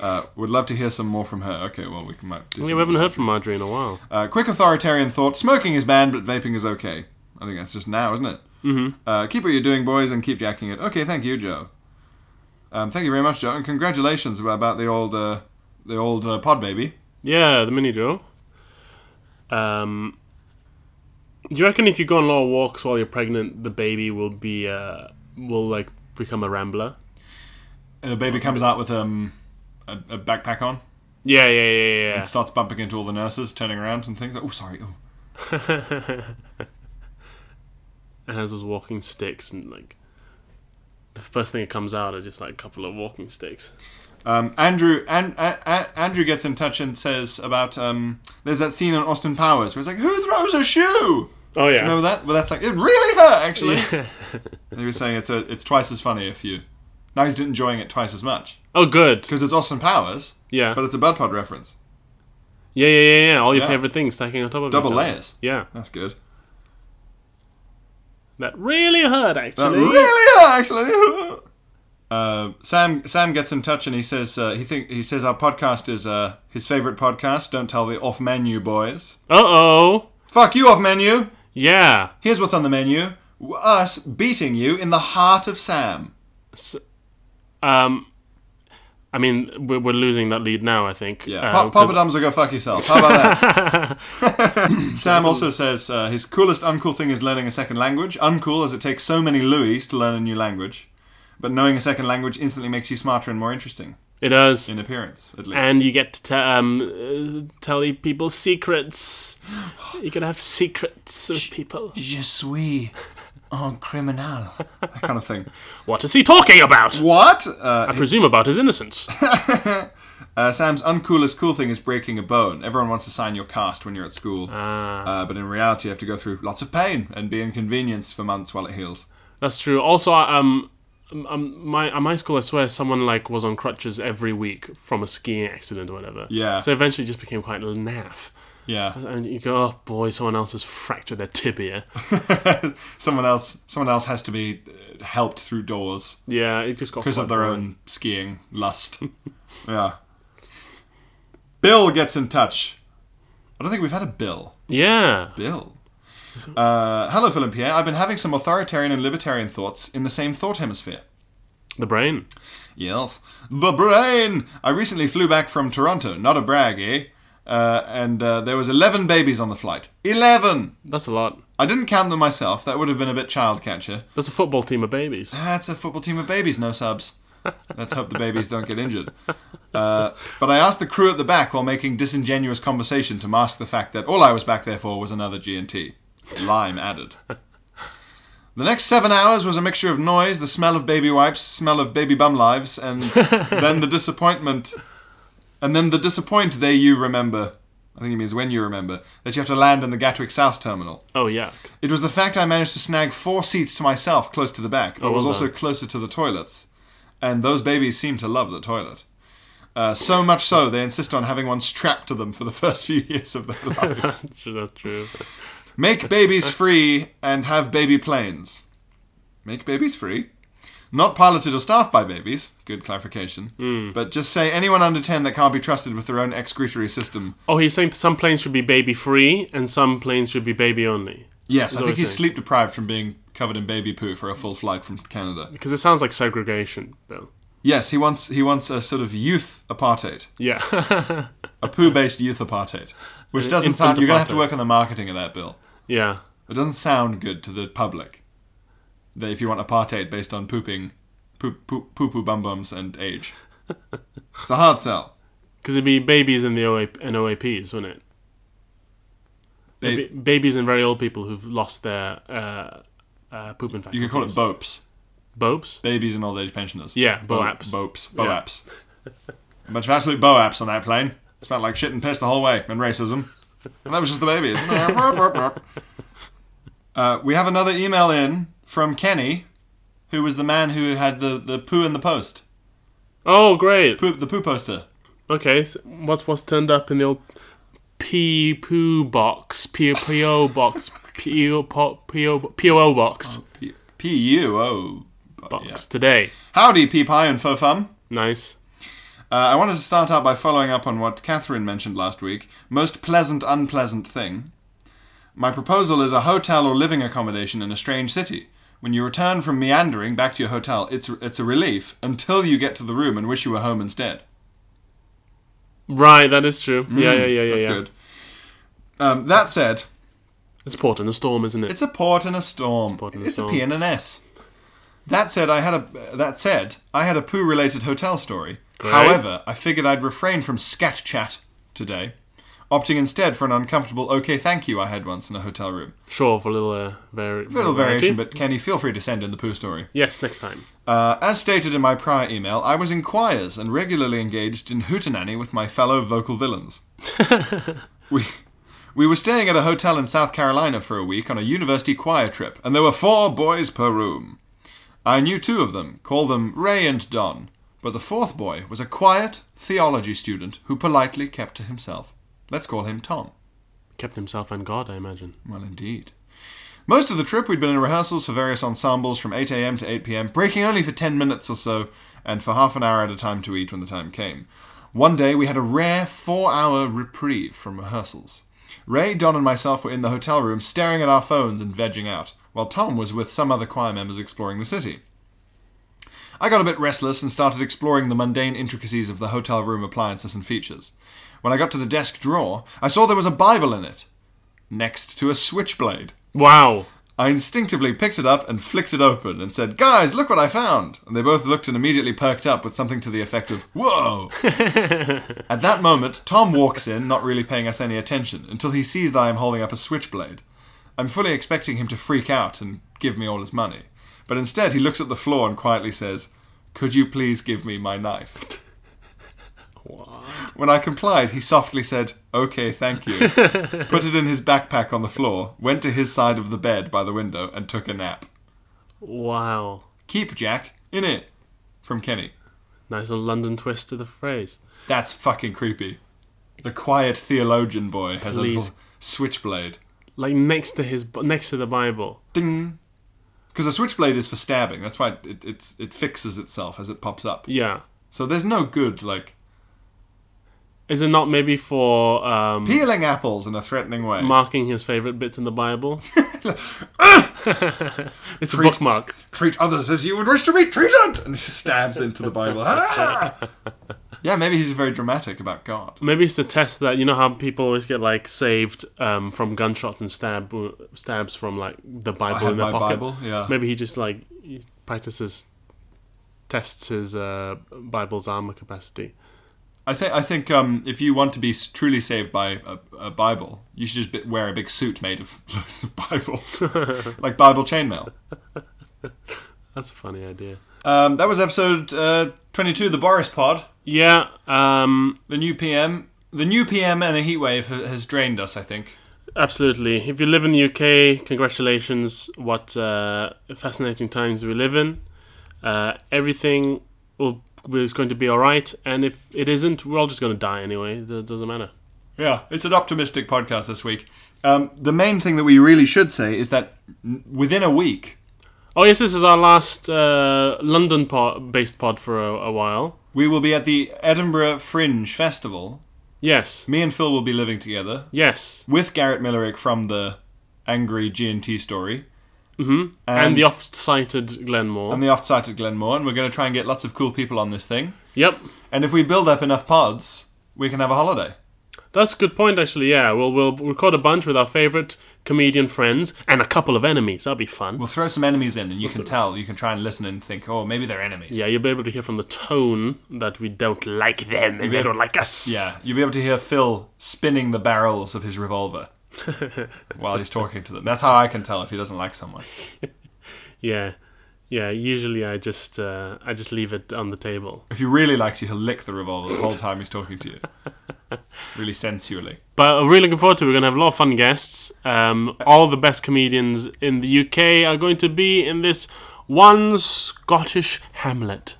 Speaker 1: Uh, would love to hear some more from her. Okay, well, we can might. do
Speaker 2: we
Speaker 1: some-
Speaker 2: haven't heard from Marjorie in a while.
Speaker 1: Uh, quick authoritarian thought smoking is banned, but vaping is okay. I think that's just now, isn't it? Mm-hmm. Uh, keep what you're doing, boys, and keep jacking it. Okay, thank you, Joe. Um, thank you very much, Joe, and congratulations about the old uh, the old uh, pod baby.
Speaker 2: Yeah, the mini drill. Um, do you reckon if you go on long walks while you're pregnant, the baby will be uh, will like become a rambler?
Speaker 1: And the baby comes out with um, a, a backpack on,
Speaker 2: Yeah, yeah, yeah,
Speaker 1: starts bumping into all the nurses, turning around and things. Oh, sorry. Oh.
Speaker 2: yeah. and as was walking sticks and like the first thing that comes out are just like a couple of walking sticks.
Speaker 1: Um, Andrew and, Andrew gets in touch and says about um, there's that scene in Austin Powers where it's like who throws a shoe.
Speaker 2: Oh yeah.
Speaker 1: Remember that? Well, that's like it really hurt actually. He was saying it's a, it's twice as funny if you. Now he's enjoying it twice as much
Speaker 2: Oh good.
Speaker 1: because it's Austin Powers,
Speaker 2: Yeah.
Speaker 1: but it's a Bud Pod reference.
Speaker 2: yeah, yeah, yeah, yeah. All your
Speaker 1: Yeah.
Speaker 2: favorite things stacking on top of
Speaker 1: Double
Speaker 2: each other.
Speaker 1: layers.
Speaker 2: Yeah.
Speaker 1: That's good.
Speaker 2: That really hurt
Speaker 1: That
Speaker 2: actually.
Speaker 1: really hurt, actually. Uh, Sam Sam gets in touch and he says uh, he think he says our podcast is uh, his favorite podcast. Don't tell the off menu boys.
Speaker 2: Uh oh.
Speaker 1: Fuck you off menu.
Speaker 2: Yeah.
Speaker 1: Here's what's on the menu: us beating you in the heart of Sam.
Speaker 2: Um, I mean, we're, we're losing that lead now. I think.
Speaker 1: Yeah,
Speaker 2: Uh,
Speaker 1: pop,
Speaker 2: 'cause-
Speaker 1: pop it or go fuck yourself. How about that? Sam also says uh, his coolest uncool thing is learning a second language. Uncool as it takes so many Louis to learn a new language, but knowing a second language instantly makes you smarter and more interesting
Speaker 2: It does.
Speaker 1: in appearance, at least.
Speaker 2: And you get to te- um, uh, tell people secrets. You can have secrets of people.
Speaker 1: Je suis un criminal. That kind of thing.
Speaker 2: What is he talking about?
Speaker 1: What? Uh,
Speaker 2: I presume about his innocence.
Speaker 1: uh, Sam's uncoolest cool thing is breaking a bone. Everyone wants to sign your cast when you're at school, uh, but in reality, you have to go through lots of pain and be inconvenienced for months while it heals.
Speaker 2: That's true. Also, I- um, um, my at my school, I swear, someone like was on crutches every week from a skiing accident or whatever.
Speaker 1: Yeah.
Speaker 2: So eventually, it just became quite naff.
Speaker 1: Yeah.
Speaker 2: And you go, oh boy, someone else has fractured their tibia.
Speaker 1: someone else someone else has to be uh, helped through doors
Speaker 2: Yeah, it just got
Speaker 1: because of
Speaker 2: quite
Speaker 1: their
Speaker 2: boring.
Speaker 1: own skiing lust yeah bill gets in touch i don't think we've had a bill
Speaker 2: Yeah.
Speaker 1: bill uh, hello phil and pierre i've been having some authoritarian and libertarian thoughts in the same thought hemisphere
Speaker 2: The brain.
Speaker 1: Yes. The brain! I recently flew back from Toronto, not a brag, eh? Uh, and uh, there was 11 babies on the flight. 11!
Speaker 2: That's a lot.
Speaker 1: I didn't count them myself, that would have been a bit child catcher.
Speaker 2: That's a football team of babies.
Speaker 1: That's a football team of babies, no subs. Let's hope the babies don't get injured. Uh, but I asked the crew at the back while making disingenuous conversation to mask the fact that all I was back there for was another G&T. Lime added. The next seven hours was a mixture of noise, the smell of baby wipes, smell of baby bum lives, and then the disappointment. And then the disappoint they you remember. I think he means when you remember that you have to land in the Gatwick South Terminal.
Speaker 2: Oh yeah.
Speaker 1: It was the fact I managed to snag four seats to myself close to the back, but
Speaker 2: Oh, well
Speaker 1: was also
Speaker 2: done.
Speaker 1: closer to the toilets. And those babies seem to love the toilet. Uh, so much so, they insist on having one strapped to them for the first few years of their life.
Speaker 2: That's true. That's true.
Speaker 1: Make babies free and have baby planes. Make babies free? Not piloted or staffed by babies, good clarification,
Speaker 2: Hmm.
Speaker 1: but just say anyone under 10 that can't be trusted with their own excretory system.
Speaker 2: Oh, he's saying some planes should be baby free and some planes should be baby only.
Speaker 1: Yes, I
Speaker 2: what
Speaker 1: think he's
Speaker 2: he's saying.
Speaker 1: sleep deprived from being covered in baby poo for a full flight from Canada.
Speaker 2: Because it sounds like segregation, Bill.
Speaker 1: Yes, he wants he wants a sort of youth apartheid,
Speaker 2: Yeah.
Speaker 1: a poo-based youth apartheid, which doesn't
Speaker 2: Uh, Infant
Speaker 1: sound. You're gonna have to
Speaker 2: apartheid.
Speaker 1: work on the marketing of that bill.
Speaker 2: yeah.
Speaker 1: It doesn't sound good to the public. That if you want apartheid based on pooping, poop poop poo poo bum bums and age, it's a hard sell.
Speaker 2: Because it'd be babies in the OA- and OAPs, wouldn't it?
Speaker 1: Ba-
Speaker 2: Ba- babies and very old people who've lost their uh, uh, pooping faculties.
Speaker 1: you could call it BOPs,
Speaker 2: Bopes?
Speaker 1: babies and old age pensioners.
Speaker 2: Yeah,
Speaker 1: Bo-
Speaker 2: BOAPs.
Speaker 1: BOPs,
Speaker 2: Yeah.
Speaker 1: BOAPs. A bunch of absolute BOAPs on that plane. Smelled like shit and piss the whole way, and racism. And that was just the babies. uh, we have another email in from Kenny, who was the man who had the, the poo in the post,
Speaker 2: Oh, great.
Speaker 1: poo, the poo poster.
Speaker 2: Okay, so what's what's turned up in the old P poo box, P P O box, P O po- P O P O O box
Speaker 1: P- P-U-O.
Speaker 2: box
Speaker 1: Oh, yeah.
Speaker 2: today?
Speaker 1: Howdy, Peep High and Fo Fum.
Speaker 2: Nice.
Speaker 1: Uh, I wanted to start out by following up on what Catherine mentioned last week most pleasant, unpleasant thing. My proposal is a hotel or living accommodation in a strange city. When you return from meandering back to your hotel, it's, it's a relief until you get to the room and wish you were home instead.
Speaker 2: Right, that is true. yeah, yeah, yeah, yeah.
Speaker 1: Mm, That's
Speaker 2: yeah.
Speaker 1: good. Um, that said,
Speaker 2: It's port in a storm, isn't it?
Speaker 1: It's a port and a storm. It's,
Speaker 2: port and a
Speaker 1: a
Speaker 2: storm.
Speaker 1: P and an S. That said, I had a that said I had a poo-related hotel story.
Speaker 2: Great.
Speaker 1: However, I figured I'd refrain from scat chat today, opting instead for an uncomfortable "Okay, thank you" I had once in a hotel room.
Speaker 2: sure, for a little uh, vari-
Speaker 1: Little
Speaker 2: variety.
Speaker 1: variation, but Kenny, feel free to send in the poo story.
Speaker 2: yes, next time.
Speaker 1: Uh, as stated in my prior email, I was in choirs and regularly engaged in hootenanny with my fellow vocal villains. we, we were staying at a hotel in South Carolina for a week on a university choir trip, and there were four boys per room. I knew two of them, call them Ray and Don, but the fourth boy was a quiet theology student who politely kept to himself. Let's call him Tom.
Speaker 2: Kept himself and God, I imagine.
Speaker 1: Well, indeed. Most of the trip, we'd been in rehearsals for various ensembles from 8 a.m. to 8 p.m., breaking only for 10 minutes or so, and for half an hour at a time to eat when the time came. One day, we had a rare four hour reprieve from rehearsals. Ray, Don, and myself were in the hotel room staring at our phones and vegging out, while Tom was with some other choir members exploring the city. I got a bit restless and started exploring the mundane intricacies of the hotel room appliances and features. When I got to the desk drawer, I saw there was a Bible in it next to a switchblade.
Speaker 2: Wow.
Speaker 1: I instinctively picked it up and flicked it open and said, Guys, look what I found! And they both looked and immediately perked up with something to the effect of, Whoa! At that moment, Tom walks in, not really paying us any attention, until he sees that I am holding up a switchblade. I'm fully expecting him to freak out and give me all his money. But instead, he looks at the floor and quietly says, Could you please give me my knife? When I complied, he softly said, Okay, thank you. put it in his backpack on the floor, went to his side of the bed by the window, and took a nap.
Speaker 2: Wow.
Speaker 1: Keep Jack in it. From Kenny.
Speaker 2: Nice little London twist to the phrase.
Speaker 1: That's fucking creepy. The quiet theologian boy has
Speaker 2: Please.
Speaker 1: a little switchblade.
Speaker 2: Like next to his, next to the Bible.
Speaker 1: Ding. Because a switchblade is for stabbing. That's why it, it's, it fixes itself as it pops up.
Speaker 2: Yeah.
Speaker 1: So there's no good, like,
Speaker 2: Is it not maybe for um,
Speaker 1: peeling apples in a threatening way.
Speaker 2: marking his favorite bits in the Bible. it's a bookmark.
Speaker 1: treat others as you would wish to be treated! And he stabs into the Bible. Ah! yeah, maybe he's very dramatic about God.
Speaker 2: Maybe it's to test that you know how people always get like saved um, from gunshots and stab stabs from like the Bible
Speaker 1: had
Speaker 2: in their
Speaker 1: my
Speaker 2: pocket.
Speaker 1: Bible, yeah.
Speaker 2: Maybe he just like he practices, tests his uh, Bible's armor capacity.
Speaker 1: I think I think um, if you want to be s- truly saved by a, a Bible, you should just be- wear a big suit made of loads of Bibles, like Bible chainmail.
Speaker 2: That's a funny idea.
Speaker 1: Um, that was episode uh, twenty-two, the Boris Pod,
Speaker 2: Yeah. Um,
Speaker 1: the new PM, the new PM, and a heat wave ha- has drained us. I think.
Speaker 2: Absolutely. If you live in the UK, congratulations. What uh, fascinating times we live in. Uh, everything will, is going to be all right. And if it isn't, we're all just going to die anyway. It doesn't matter.
Speaker 1: Yeah, it's an optimistic podcast this week. Um, the main thing that we really should say is that n- within a week,
Speaker 2: Oh yes, this is our last uh, London pod- based pod for a, a while.
Speaker 1: We will be at the Edinburgh Fringe Festival.
Speaker 2: Yes,
Speaker 1: Me and Phil will be living together
Speaker 2: yes,
Speaker 1: with Garrett Millerick from the Angry G&T story. Mm-hmm.
Speaker 2: and, the oft-cited Glenmore.
Speaker 1: and the off-site at Glenmore, and we're going to try and get lots of cool people on this thing.
Speaker 2: yep,
Speaker 1: And if we build up enough pods, we can have a holiday.
Speaker 2: that's a good point actually. Yeah, we'll we'll record a bunch with our favourite comedian friends and a couple of enemies. That'll be fun.
Speaker 1: We'll throw some enemies in, and you can tell. You can try and listen and think, oh, maybe they're enemies.
Speaker 2: yeah, you'll be able to hear from the tone that we don't like them and they don't like us.
Speaker 1: Yeah, you'll be able to hear Phil spinning the barrels of his revolver while he's talking to them. That's how I can tell if he doesn't like someone.
Speaker 2: yeah, yeah. Usually, I just uh, I just leave it on the table.
Speaker 1: If he really likes you, he'll lick the revolver the whole time he's talking to you. Really sensually.
Speaker 2: But I'm really looking forward to it. We're going to have a lot of fun guests. Um, all the best comedians in the UK are going to be in this one Scottish hamlet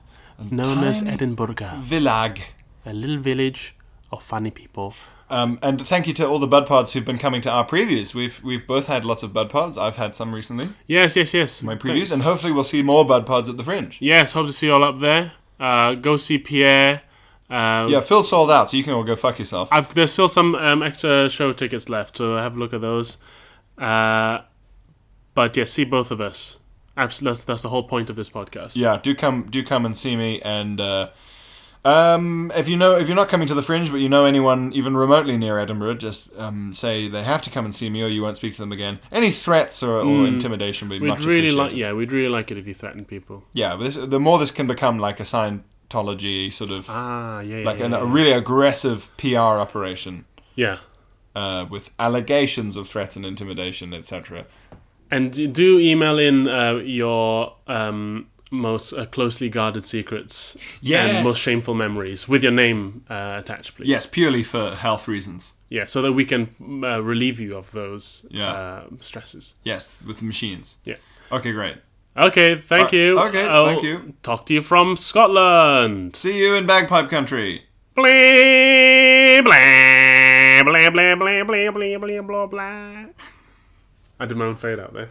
Speaker 2: known as
Speaker 1: tiny-
Speaker 2: Edinburgh.
Speaker 1: Villag.
Speaker 2: A little village of funny people.
Speaker 1: Um, and thank you to all the bud pods who've been coming to our previews. We've we've both had lots of bud pods. I've had some recently.
Speaker 2: Yes, yes, yes.
Speaker 1: My previews, and hopefully we'll see more bud pods at the fringe.
Speaker 2: Yes, hope to see you all up there. Uh, go see Pierre. Uh,
Speaker 1: Yeah, Phil sold out, so you can all go fuck yourself.
Speaker 2: I've, there's still some um, extra show tickets left, so have a look at those. Uh, but yeah, see both of us. Abs- that's, that's the whole point of this podcast.
Speaker 1: Yeah, do come do come and see me. And uh, um, if you know if you're not coming to the fringe, but you know anyone even remotely near Edinburgh, just um, say they have to come and see me, or you won't speak to them again. Any threats or, or intimidation would be
Speaker 2: Hmm. We'd
Speaker 1: much
Speaker 2: really like,
Speaker 1: appreciated.
Speaker 2: yeah, we'd really like it if you threatened people.
Speaker 1: yeah, this, the more this can become like a Scientology sort of
Speaker 2: Ah, yeah, yeah,
Speaker 1: like uh,
Speaker 2: yeah,
Speaker 1: an,
Speaker 2: yeah.
Speaker 1: a really aggressive PR operation.
Speaker 2: yeah.
Speaker 1: uh, with allegations of threat and intimidation, etc.
Speaker 2: And d- do email in uh, your um, most uh, closely guarded secrets
Speaker 1: Yes.
Speaker 2: and most shameful memories with your name uh, attached, please.
Speaker 1: Yes, purely for health reasons.
Speaker 2: Yeah, so that we can uh, relieve you of those
Speaker 1: Yeah.
Speaker 2: uh, stresses.
Speaker 1: Yes, with machines.
Speaker 2: Yeah.
Speaker 1: Okay, great.
Speaker 2: Okay, thank
Speaker 1: Uh,
Speaker 2: you.
Speaker 1: okay,
Speaker 2: I'll
Speaker 1: thank you.
Speaker 2: Talk to you from Scotland.
Speaker 1: See you in bagpipe country.
Speaker 2: Blee, blah, blah, blah, blah, blah, blah, blah, blah, blah. I did my own fade out there.